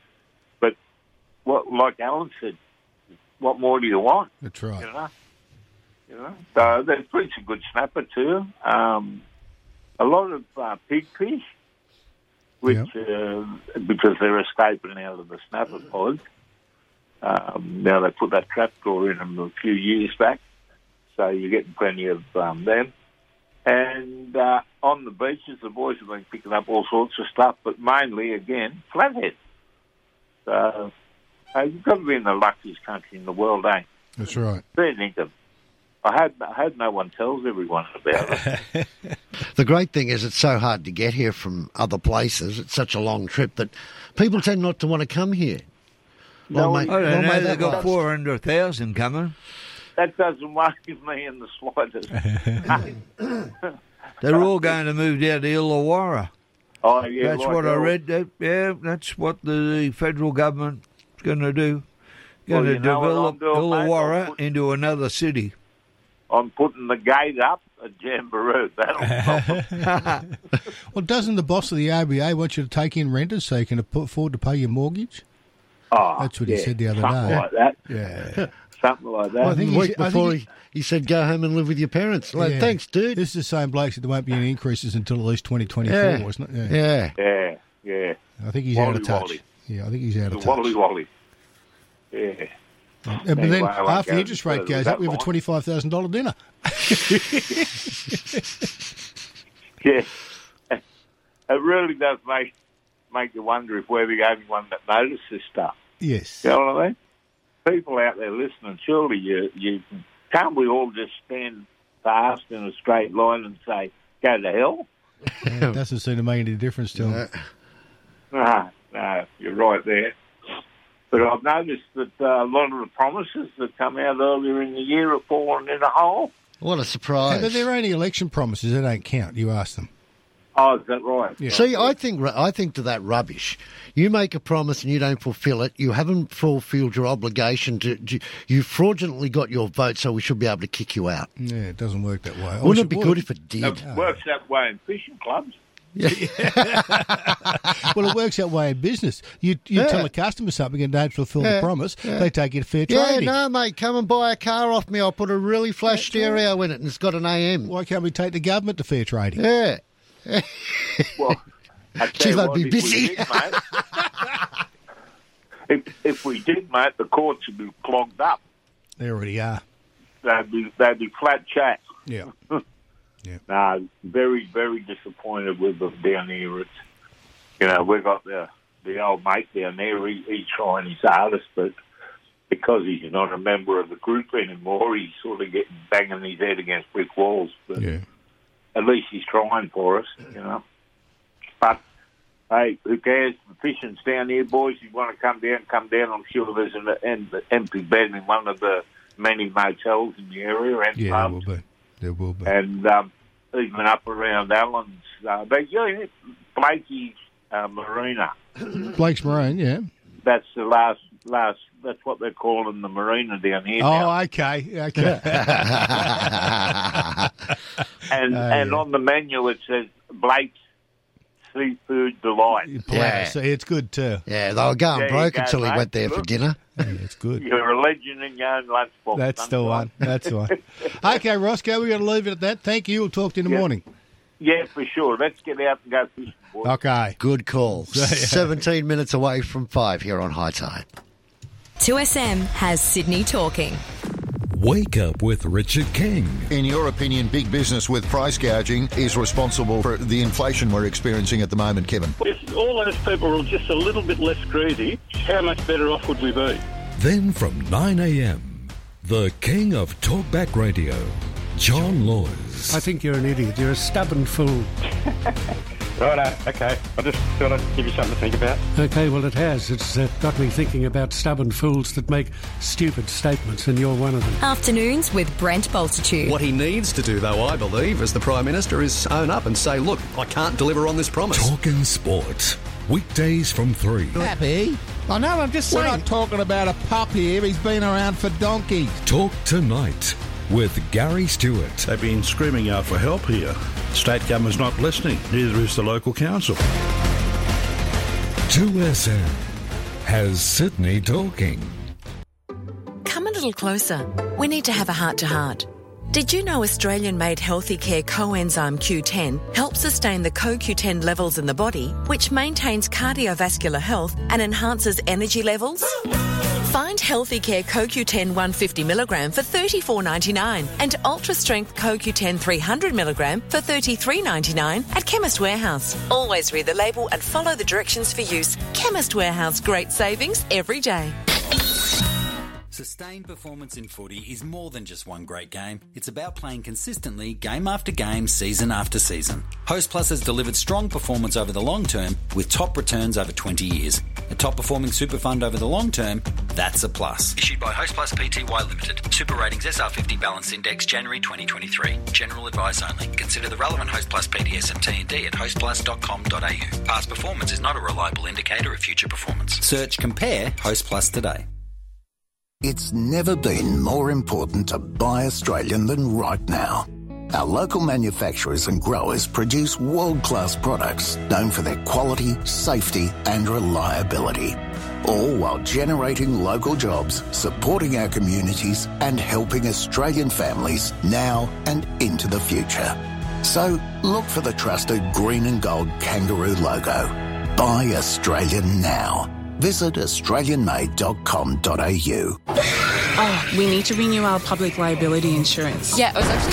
Speaker 15: But what, like Alan said, what more do you want?
Speaker 4: That's right.
Speaker 15: You know? You know? So they're pretty good snapper too. Um, a lot of uh, pigfish, which uh, because they're escaping out of the snapper pod. Um, now they put that trap door in them a few years back, so you're getting plenty of um, them. And uh, on the beaches, the boys have been picking up all sorts of stuff, but mainly again flathead. So uh, you've got to be in the luckiest country in the world, eh?
Speaker 4: That's right.
Speaker 15: Fair income. I hope, I hope no one tells everyone about it.
Speaker 2: The great thing is it's so hard to get here from other places. It's such a long trip that people tend not to want to come here. Long may-
Speaker 3: I
Speaker 2: long
Speaker 3: don't
Speaker 2: may
Speaker 3: know. They
Speaker 2: that
Speaker 3: got
Speaker 2: last.
Speaker 3: four hundred thousand coming.
Speaker 15: that doesn't worry me in the slightest.
Speaker 3: They're all going to move down to Illawarra.
Speaker 15: oh, yeah,
Speaker 3: that's
Speaker 15: like
Speaker 3: what I
Speaker 15: all-
Speaker 3: read. That, yeah, that's what the federal government's going to do.
Speaker 15: Well,
Speaker 3: Going to
Speaker 15: you know what I'm
Speaker 3: develop
Speaker 15: doing, mate?
Speaker 3: Illawarra into another city.
Speaker 15: I'm putting the gate up at Jamboree. That'll stop them.
Speaker 4: Well, doesn't the boss of the ABA want you to take in renters so you can afford to pay your mortgage?
Speaker 15: Oh,
Speaker 4: That's what he
Speaker 15: yeah,
Speaker 4: said the other
Speaker 15: something
Speaker 4: day.
Speaker 15: Like that.
Speaker 4: Yeah.
Speaker 15: Something like that.
Speaker 2: Well, I think the week before he, he said, go home and live with your parents. Like,
Speaker 4: Yeah.
Speaker 2: thanks, dude.
Speaker 4: This is the same blokes that there won't be any increases until at least 2024,
Speaker 2: Yeah.
Speaker 4: wasn't it?
Speaker 2: Yeah.
Speaker 15: Yeah, yeah.
Speaker 4: I think he's out
Speaker 15: Wally
Speaker 4: of touch.
Speaker 15: Wally.
Speaker 4: Yeah, I think he's out
Speaker 15: The
Speaker 4: of touch.
Speaker 15: Wally Wally. Yeah.
Speaker 4: Yeah, but
Speaker 15: Anyway,
Speaker 4: then
Speaker 15: I won't
Speaker 4: after
Speaker 15: go
Speaker 4: the interest
Speaker 15: further
Speaker 4: rate
Speaker 15: with
Speaker 4: goes
Speaker 15: that
Speaker 4: up, we have a
Speaker 15: line.
Speaker 4: twenty-five thousand dollar dinner.
Speaker 15: yeah, it really does make make you wonder if we're the only one that notices stuff.
Speaker 4: Yes.
Speaker 15: You know what I mean? People out there listening, surely you you can't we all just stand fast in a straight line and say go to hell?
Speaker 4: Yeah, it doesn't seem to make any difference to them.
Speaker 15: No, no, you're right there. But I've noticed that uh, a lot of the promises that come out earlier in the year have fallen in a hole.
Speaker 2: What a surprise.
Speaker 4: But they're only election promises; they don't count. You ask them.
Speaker 15: Oh, is that right?
Speaker 2: See, I think ru- I think to that rubbish. You make a promise and you don't fulfil it. You haven't fulfilled your obligation to. to- you fraudulently got your vote, so we should be able to kick you out.
Speaker 4: Yeah, it doesn't work that way. I wish
Speaker 2: Wouldn't it be
Speaker 4: would.
Speaker 2: good if it did?
Speaker 15: It works that way in fishing clubs.
Speaker 4: well, it works that way in business. You you
Speaker 2: Yeah.
Speaker 4: tell a customer something and don't fulfil
Speaker 2: Yeah,
Speaker 4: the promise,
Speaker 2: yeah.
Speaker 4: they take it to fair
Speaker 2: Yeah,
Speaker 4: trading.
Speaker 2: no, mate, come and buy a car off me. I'll put a really flash stereo in it, and it's got an AM.
Speaker 4: Why can't we take the government to fair trading?
Speaker 2: Yeah.
Speaker 15: Well, I
Speaker 2: Gee,
Speaker 15: tell you
Speaker 2: they'd
Speaker 15: what,
Speaker 2: be
Speaker 15: if we
Speaker 2: busy.
Speaker 15: did, mate, if, if we did, mate, the courts would be clogged up.
Speaker 4: They already are.
Speaker 15: They'd be they'd be flat chat.
Speaker 4: Yeah.
Speaker 15: Nah, very very disappointed with them down here. It's, you know, we got the the old mate down there. He, he's trying his hardest, but because he's not a member of the group anymore, he's sort of getting banging his head against brick walls. But
Speaker 4: Yeah.
Speaker 15: at least he's trying for us, you know. But hey, who cares? The fishing's down here, boys. If you want to come down, come down. I'm sure there's an, an empty bed in one of the many motels in the area and
Speaker 4: Yeah,
Speaker 15: pubs
Speaker 4: there will be. There will be.
Speaker 15: and um, even up around Allen's. Uh, but yeah, Blakey's uh, Marina.
Speaker 4: Blake's Maroon, yeah.
Speaker 15: That's the last last. That's what they're calling the marina down here. now.
Speaker 4: Oh, okay, okay.
Speaker 15: and
Speaker 4: Oh,
Speaker 15: and
Speaker 4: yeah.
Speaker 15: on the menu it says Blake's Seafood Delight.
Speaker 4: Palaver, so it's good too.
Speaker 2: Yeah, they were going
Speaker 15: There you
Speaker 2: broke
Speaker 15: go,
Speaker 2: until he
Speaker 15: mate.
Speaker 2: went there for
Speaker 15: Look.
Speaker 2: dinner.
Speaker 4: it's good.
Speaker 15: You're a legend in your own lunchbox.
Speaker 4: That's the
Speaker 15: son.
Speaker 4: one. That's the one. Okay, Roscoe, we're going to leave it at that. Thank you. We'll talk to you in the morning.
Speaker 15: Yeah, for sure. Let's get out and go fishing, boys.
Speaker 4: Okay.
Speaker 2: Good call. 17 minutes away from five here on High Tide.
Speaker 8: 2SM has Sydney talking.
Speaker 20: Wake up with Richard King. In your opinion, big business with price gouging is responsible for the inflation we're experiencing at the moment, Kevin.
Speaker 21: If all those people were just a little bit less greedy, how much better off would we be?
Speaker 20: Then from 9 a.m., the king of talkback radio, John Laws.
Speaker 22: I think you're an idiot. You're a stubborn fool.
Speaker 21: Right, okay. I just thought I'd give you something to think about.
Speaker 22: Okay, well, it has. It's uh, got me thinking about stubborn fools that make stupid statements, and you're one of them.
Speaker 8: Afternoons with Brent Bultitude.
Speaker 23: What he needs to do, though, I believe, as the Prime Minister, is own up and say, look, I can't deliver on this promise.
Speaker 20: Talking sports, weekdays from 3.
Speaker 24: Happy? I know, Eh? I'm just saying. We're not talking about a pup here. He's been around for donkeys.
Speaker 20: Talk tonight with Gary Stewart.
Speaker 12: They've been screaming out for help here. State government's not listening, neither is the local council.
Speaker 20: 2SM has Sydney talking.
Speaker 25: Come a little closer. We need to have a heart to heart. Did you know Australian made healthy care coenzyme Q10 helps sustain the CoQ10 levels in the body, which maintains cardiovascular health and enhances energy levels? Find Healthy Care CoQ10 150mg for $34.99 and Ultra Strength CoQ10 300mg for $33.99 at Chemist Warehouse. Always read the label and follow the directions for use. Chemist Warehouse, great savings every day.
Speaker 17: Sustained performance in footy is more than just one great game. It's about playing consistently, game after game, season after season. Host Plus has delivered strong performance over the long term with top returns over 20 years. A top performing super fund over the long term, that's a plus. Issued by Host Plus PTY Limited. Super Ratings SR50 Balance Index, January 2023. General advice only. Consider the relevant Host Plus PDS and TND at hostplus.com.au. Past performance is not a reliable indicator of future performance. Search Compare Host Plus today.
Speaker 26: It's never been more important to buy Australian than right now. Our local manufacturers and growers produce world class products known for their quality, safety, and reliability. All while generating local jobs, supporting our communities, and helping Australian families now and into the future. So look for the trusted green and gold kangaroo logo. Buy Australian now. Visit AustralianMade.com.au.
Speaker 11: Oh, we need to renew our public liability insurance.
Speaker 5: Yeah, it was actually.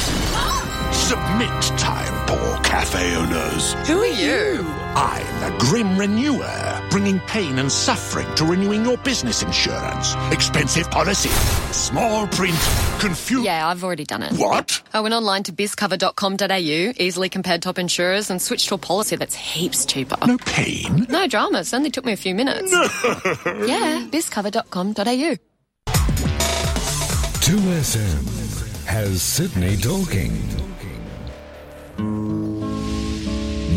Speaker 6: Submit time, poor cafe owners.
Speaker 5: Who are you?
Speaker 6: I'm the Grim Renewer, bringing pain and suffering to renewing your business insurance. Expensive policy, small print, confused.
Speaker 5: Yeah, I've already done it.
Speaker 6: What?
Speaker 5: I went online to bizcover.com.au, easily compared top insurers, and switched to a policy that's heaps cheaper.
Speaker 6: No pain?
Speaker 5: No drama, it's only took me a few minutes. Yeah, bizcover.com.au.
Speaker 9: 2SM has Sydney talking.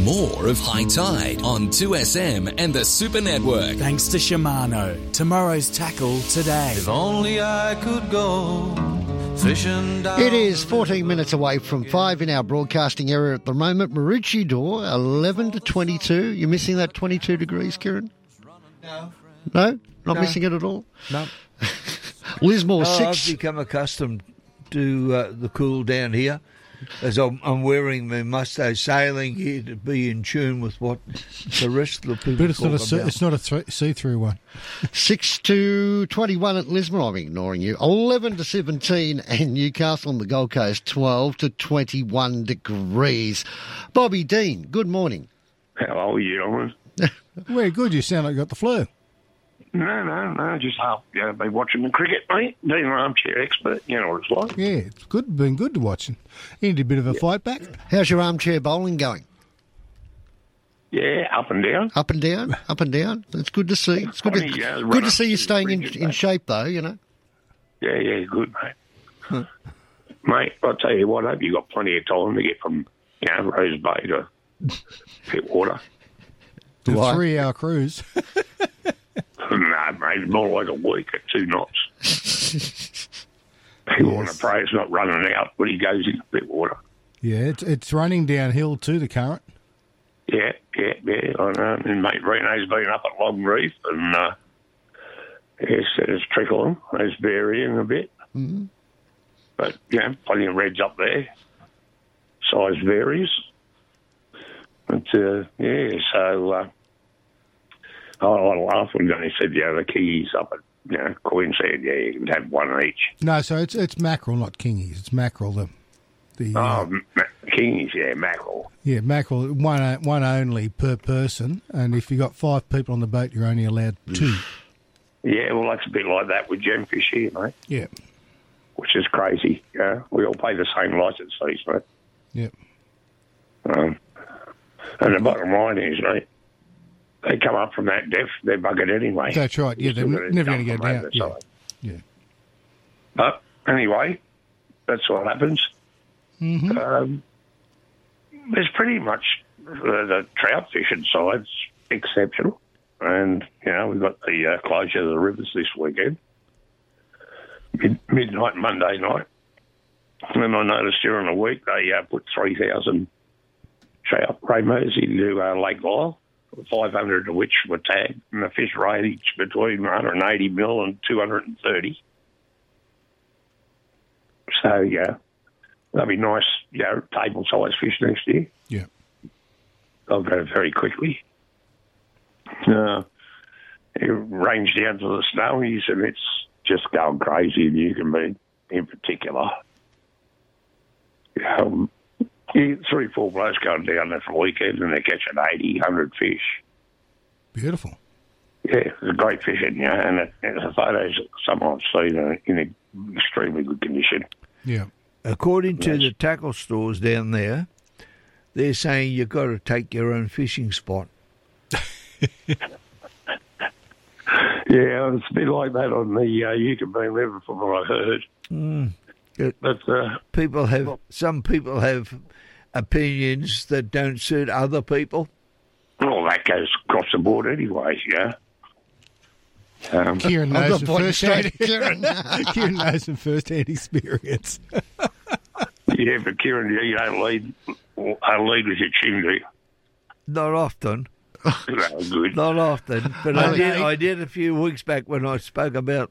Speaker 10: More of High Tide on 2SM and the Super Network.
Speaker 13: Thanks to Shimano. Tomorrow's tackle today.
Speaker 1: If only I could go fishing down.
Speaker 2: It is 14 minutes away from 5 in our broadcasting area at the moment. Maroochydore, 11 to 22. You're missing that 22 degrees, Kieran?
Speaker 3: No.
Speaker 2: No? Not
Speaker 3: No.
Speaker 2: missing it at all?
Speaker 3: No.
Speaker 2: Lismore,
Speaker 3: Oh, I've
Speaker 2: 6.
Speaker 3: become accustomed to uh, the cool down here as I'm, I'm wearing my Musto sailing gear to be in tune with what the rest of the people
Speaker 4: But it's
Speaker 3: talk
Speaker 4: not a see-
Speaker 3: about.
Speaker 4: it's not a thro- see-through one.
Speaker 2: 6 to 21 at Lismore. I'm ignoring you. 11 to 17 and Newcastle on the Gold Coast, 12 to 21 degrees. Bobby Dean, good morning.
Speaker 21: How are you, Owen?
Speaker 4: We're good. You sound like you got the flu.
Speaker 21: No, no, no. Just yeah, been watching the cricket, mate. Being an armchair expert, you know what it's like.
Speaker 4: Yeah, it's good. Been good to watching. You need a bit of a fight back.
Speaker 2: How's your armchair bowling going?
Speaker 21: Yeah, up and down.
Speaker 2: Up and down, up and down. It's good to see. It's good
Speaker 21: Funny, yeah,
Speaker 2: to,
Speaker 21: run
Speaker 2: good to
Speaker 21: up
Speaker 2: see you staying in, in shape, though, you know.
Speaker 21: Yeah, yeah, good, mate. Mate, I'll tell you what. I hope you got plenty of time to get from you know Rose Bay to Pittwater.
Speaker 4: A three-hour cruise.
Speaker 21: no, mate, it's more like a week at two knots. People want to pray it's not running out when he goes into Pittwater.
Speaker 4: Yeah, it's, it's running downhill to the current.
Speaker 21: Yeah, yeah, yeah. I know. And mate Reno's been up at Long Reef and uh, it's, it's trickling. It's varying a bit.
Speaker 2: Mhm.
Speaker 21: But, you know, plenty of reds up there. Size varies. But, uh, yeah, so uh, I, I laughed when Johnny said, you know, the keys up at you know, Queensland, yeah, you can have one each.
Speaker 4: No, so it's it's mackerel, not kingies. It's mackerel. The, the uh,
Speaker 21: Oh, ma- kings, yeah, mackerel.
Speaker 4: yeah, mackerel. One o- one only per person, and if you got five people on the boat, you're only allowed two.
Speaker 21: Yeah, well, that's a bit like that with gemfish here, mate.
Speaker 4: Yeah.
Speaker 21: Which is crazy. Yeah, we all pay the same license fees, mate.
Speaker 4: Yeah.
Speaker 21: Um, and the bottom line is, mate, they come up from that depth, they're buggered anyway.
Speaker 4: That's right. Yeah, they're
Speaker 21: You're still
Speaker 4: never
Speaker 21: gonna
Speaker 4: going to
Speaker 21: dump
Speaker 4: go
Speaker 21: them
Speaker 4: down.
Speaker 21: over the
Speaker 4: Yeah.
Speaker 21: side. But anyway, that's what happens. Um, there's pretty much uh, the trout fishing side's exceptional, and you know we've got the uh, closure of the rivers this weekend, Mid- midnight Monday night. And I noticed during the week they uh, put three thousand trout ramos into uh, Lake Lyle, five hundred of which were tagged, and the fish range between 180 mil and 230. So yeah, that'll be nice, you know, table size fish next year.
Speaker 4: Yeah.
Speaker 21: They'll go very quickly. Uh, it ranged down to the snowies and it's just going crazy and you can be in particular. Um, you- three, four blokes going down there for the weekend and they're catching 80, 100 fish.
Speaker 4: Beautiful.
Speaker 21: Yeah, it's great fishing, yeah, and, it, and the photos some I've seen are in extremely good condition.
Speaker 4: Yeah.
Speaker 3: According to the tackle stores down there, they're saying you've got to take your own fishing spot.
Speaker 21: Yeah, it's a bit like that on the uh, Yucatan River, from what I heard.
Speaker 3: Mm.
Speaker 21: But uh,
Speaker 3: people have some people have opinions that don't suit other people.
Speaker 21: Well, that goes across the board anyway, yeah. Um,
Speaker 4: Kieran knows from
Speaker 2: pointing
Speaker 4: first hand. Kieran. knows from first hand experience.
Speaker 21: yeah, but Kieran, you you don't lead, I lead with your chin, do you?
Speaker 3: Not often,
Speaker 21: No, good.
Speaker 3: not often. But
Speaker 21: Oh,
Speaker 3: I did.
Speaker 21: no.
Speaker 3: I did a few weeks back when I spoke about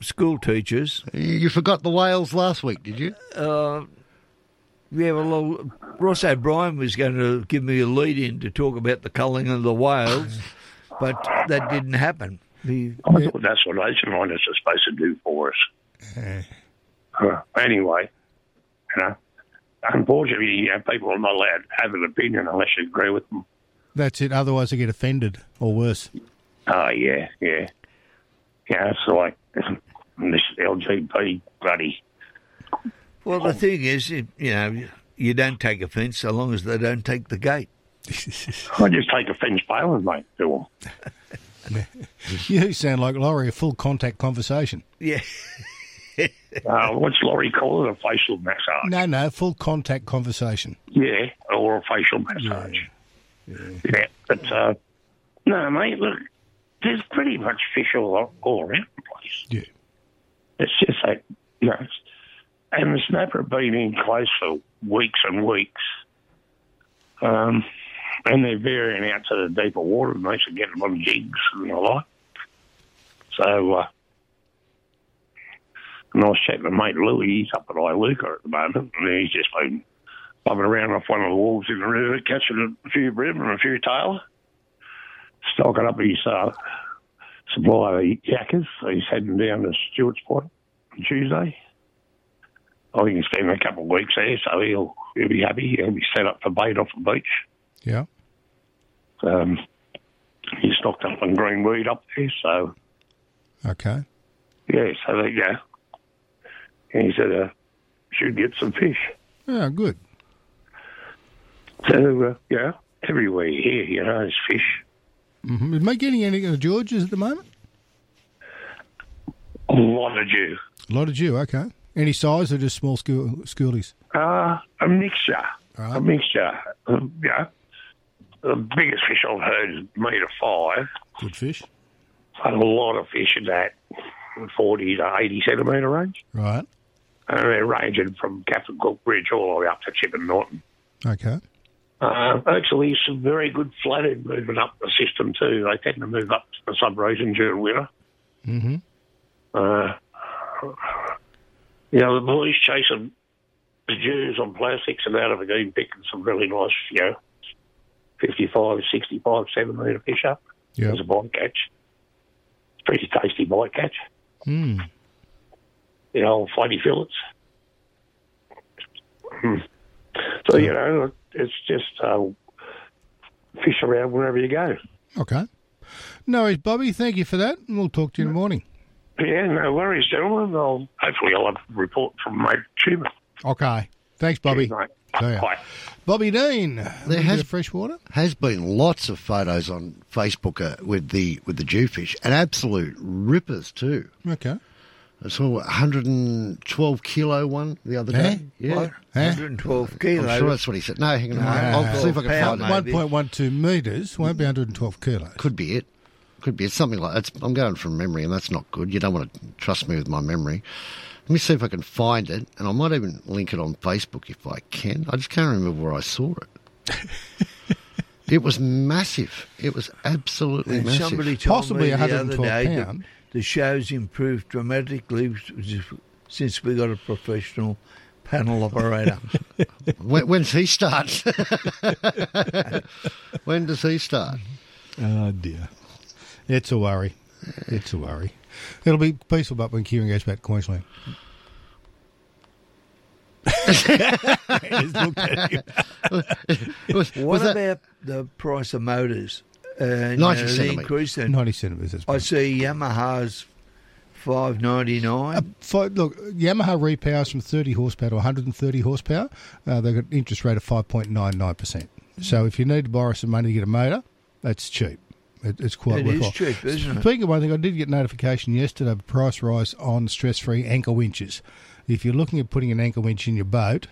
Speaker 3: school teachers.
Speaker 2: You forgot the whales last week, did you?
Speaker 3: Uh, yeah, well, uh, Ross O'Brien was going to give me a lead in to talk about the culling of the whales, but that didn't happen. The,
Speaker 21: I thought that's what ocean miners are supposed to do for us. Uh, anyway, you know, unfortunately, you know, people are not allowed to have an opinion unless you agree with them.
Speaker 4: That's it. Otherwise, they get offended or worse.
Speaker 21: Oh, yeah, yeah. Yeah, it's like this LGBT bloody.
Speaker 3: Well, the thing is, it, you know, you don't take offence so long as they don't take the gate.
Speaker 21: I just take offence failing, mate, to them.
Speaker 4: You sound like Laurie, a full contact conversation.
Speaker 3: Yeah.
Speaker 21: uh, what's Laurie call it? A facial massage.
Speaker 4: No, no, full contact conversation.
Speaker 21: Yeah, or a facial massage. Yeah, but uh, no, mate. Look, there's pretty much fish all all around the place.
Speaker 4: Yeah,
Speaker 21: it's just like you know, and the snapper have been in close for weeks and weeks. Um, and they're varying out to the deeper water, and they should get them on jigs and the like. So, uh, and I was chatting to mate Louis, he's up at Iluka at the moment, and he's just been bobbing around off one of the walls in the river, catching a few brim and a few tail, stocking up his uh, supply of yakkers. So he's heading down to Stewart's Point on Tuesday. I think he's spending a couple of weeks there, so he'll he'll be happy. He'll be set up for bait off the beach.
Speaker 4: Yeah.
Speaker 21: Um, he stocked up on green weed up there, so
Speaker 4: Okay.
Speaker 21: yeah, so there you go. And he said, uh, should get some fish.
Speaker 4: Yeah, Ah, good.
Speaker 21: So, uh, yeah, everywhere here, you know, there's fish.
Speaker 4: hmm Is Mate getting any of George's at the moment?
Speaker 21: A lot of you.
Speaker 4: A lot of Jew, okay. Any size or just small school, schoolies?
Speaker 21: Uh, a mixture. A mixture. Um, yeah. The biggest fish I've heard is metre five.
Speaker 4: Good fish.
Speaker 21: A lot of fish in that 40 to 80 centimetre range.
Speaker 4: Right.
Speaker 21: And they're ranging from Captain Cook Bridge all the way up to Chippen Norton.
Speaker 4: Okay.
Speaker 21: Uh, actually, some very good flooded movement up the system too. They tend to move up to the sub-region during winter.
Speaker 4: Mm-hmm.
Speaker 21: Uh, you know, the boys chasing the Jews on plastics and out of again picking some really nice, you know, 55, 65 centimetre fish up
Speaker 4: Yeah.
Speaker 21: as a bite catch. It's pretty tasty bite catch.
Speaker 4: Mm.
Speaker 21: You know, on floaty fillets. Hmm. So, you know, it's just uh, fish around wherever you go.
Speaker 4: Okay. No worries, Bobby. Thank you for that. And we'll talk to you in the morning.
Speaker 21: Yeah, no worries, gentlemen. I'll, hopefully I'll have a report from my tumour.
Speaker 4: Okay. Thanks, Bobby. See ya. Bobby Dean. There
Speaker 2: has-
Speaker 4: fresh water.
Speaker 2: Has been lots of photos on Facebook uh, with the with the Jewfish and absolute rippers too.
Speaker 4: Okay.
Speaker 2: I saw a 112 kilo one the other day.
Speaker 4: Eh?
Speaker 2: Yeah,
Speaker 4: What? Eh? 112
Speaker 2: I'm
Speaker 4: kilo?
Speaker 2: sure that's what he said. No, hang on, I'll, I'll see if I can find it.
Speaker 4: One point one two meters won't be hundred and twelve kilos.
Speaker 2: Could be it. Could be it. Something like it's, I'm going from memory, and that's not good. You don't want to trust me with my memory. Let me see if I can find it, and I might even link it on Facebook if I can. I just can't remember where I saw it. it was massive. It was absolutely
Speaker 3: And
Speaker 2: massive.
Speaker 3: somebody told me the other day that the show's improved dramatically since we got a professional panel operator.
Speaker 2: when, when's he start? when does he start?
Speaker 4: Oh dear. It's a worry. It's a worry. It'll be peaceful but when Kieran goes back to Queensland.
Speaker 3: what
Speaker 2: was that-
Speaker 3: about the price of motors? Uh,
Speaker 2: 90
Speaker 3: you know, the
Speaker 2: centimetre.
Speaker 3: increase in-
Speaker 4: 90 centimetres. that's
Speaker 3: I see Yamaha's five ninety nine.
Speaker 4: Fi- look, Yamaha repowers from 30 horsepower to 130 horsepower. Uh, they've got an interest rate of 5.99%. So if you need to borrow some money to get a motor, that's cheap. It, it's quite
Speaker 3: It is
Speaker 4: worthwhile.
Speaker 3: cheap, isn't it?
Speaker 4: Speaking of one thing, I did get notification yesterday of a price rise on stress-free anchor winches. If you're looking at putting an anchor winch in your boat,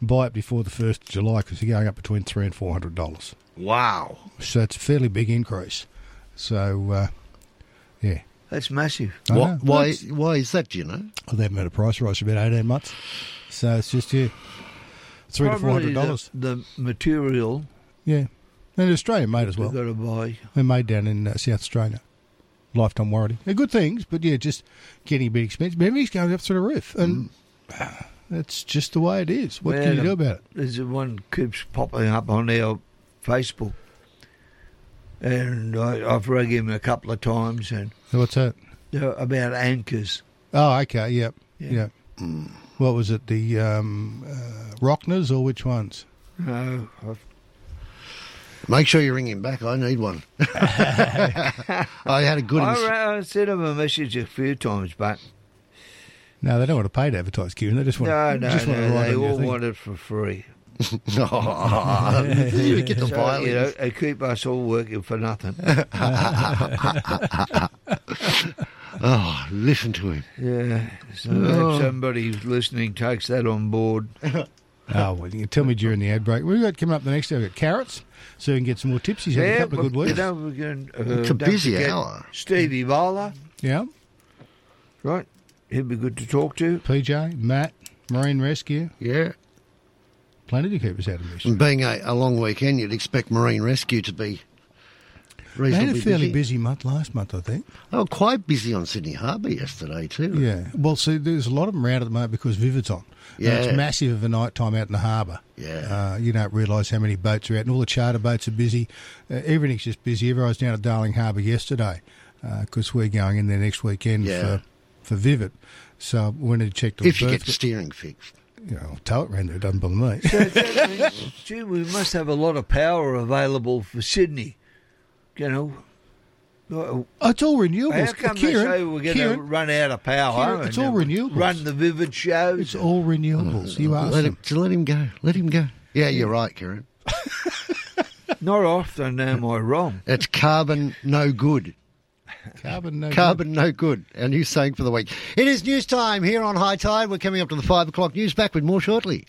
Speaker 4: buy it before the 1st of July because you're going up between three and $400.
Speaker 3: Wow,
Speaker 4: So it's a fairly big increase. So, uh, yeah.
Speaker 3: that's massive.
Speaker 4: I
Speaker 2: Why-
Speaker 4: know.
Speaker 2: why? Why is that? Do you know?
Speaker 4: Well, they haven't had a price rise for about eighteen months, so it's just yeah, three to four
Speaker 3: Probably
Speaker 4: hundred dollars.
Speaker 3: The, the material
Speaker 4: Yeah, and Australian made as well.
Speaker 3: they've got to buy.
Speaker 4: They're made down in uh, South Australia, lifetime warranty. They're good things, but yeah, just getting a bit expensive. But Everything's going up through the roof, and
Speaker 3: Mm.
Speaker 4: that's just the way it is. What can you do about it?
Speaker 3: There's one keeps popping up on our Facebook. and I, I've rung him a couple of times and
Speaker 4: What's that?
Speaker 3: uh, about anchors.
Speaker 4: Oh, okay. Yep.
Speaker 3: Yeah. Mm.
Speaker 4: Yep. What was it? The um, uh, Rockners or which ones?
Speaker 3: No, I've,
Speaker 2: Make sure you ring him back. I need one. I
Speaker 4: Oh,
Speaker 2: had a good.
Speaker 3: I,
Speaker 2: ins-
Speaker 3: ra- I sent him a message a few times, but
Speaker 4: No, they don't want to pay to advertise, Kieran. They just want
Speaker 3: no,
Speaker 4: to,
Speaker 3: no,
Speaker 4: just want to
Speaker 3: no,
Speaker 4: write
Speaker 3: they
Speaker 4: on your
Speaker 3: all
Speaker 4: thing.
Speaker 3: want it for free.
Speaker 2: Oh, you get the
Speaker 3: so,
Speaker 2: violins.
Speaker 3: you know, they keep us all working for nothing.
Speaker 2: oh, listen to him.
Speaker 3: yeah, so
Speaker 4: Oh.
Speaker 3: if somebody listening takes that on board.
Speaker 4: Oh, well, you tell me during the ad break. We've got coming up the next day. We've got carrots, so we can get some more tipsies. Have a couple of
Speaker 3: but,
Speaker 4: good weeks.
Speaker 3: You know, we can, uh,
Speaker 4: It's a
Speaker 3: don't
Speaker 4: busy
Speaker 3: forget
Speaker 4: hour.
Speaker 3: Stevie Bowler,
Speaker 4: yeah.
Speaker 3: right? He'd be good to talk to.
Speaker 4: PJ, Matt, Marine Rescue.
Speaker 2: Yeah.
Speaker 4: Plenty to keep us out of this.
Speaker 2: And being a, a long weekend, you'd expect marine rescue to be
Speaker 4: They had
Speaker 2: reasonably
Speaker 4: a fairly
Speaker 2: busy.
Speaker 4: busy month last month, I think.
Speaker 2: They were quite busy on Sydney Harbour yesterday too.
Speaker 4: Yeah. Well, see, there's a lot of them around at the moment because Vivid's on. And
Speaker 2: Yeah.
Speaker 4: it's massive of a night time out in the harbour.
Speaker 2: Yeah.
Speaker 4: Uh, you don't realise how many boats are out, and all the charter boats are busy. Uh, everything's just busy. Everyone's down at Darling Harbour yesterday because we're going in there next weekend
Speaker 2: Yeah.
Speaker 4: for, for Vivid. So we wanted to check the
Speaker 2: If you get the
Speaker 4: berth-
Speaker 2: steering fixed.
Speaker 4: you know, I'll tow it around there, it doesn't bother me.
Speaker 3: Gee, we must have a lot of power available for Sydney. You know, Well,
Speaker 4: Oh, it's all
Speaker 3: how
Speaker 4: renewables.
Speaker 3: come
Speaker 4: Kieran,
Speaker 3: they say we're going to
Speaker 4: Kieran,
Speaker 3: run out of power?
Speaker 4: Kieran, it's
Speaker 3: and
Speaker 4: all
Speaker 3: then
Speaker 4: renewables.
Speaker 3: Run the vivid shows.
Speaker 4: it's all renewables. You asked
Speaker 2: Uh, Mm.
Speaker 4: him.
Speaker 2: let him, to let him go. Let him go. Yeah, you're right, Kieran.
Speaker 3: Not often am I wrong.
Speaker 2: It's carbon no good.
Speaker 4: Carbon no
Speaker 2: Carbon no good. Our new saying for the week. It is news time here on High Tide. We're coming up to the five o'clock news. Back with more shortly.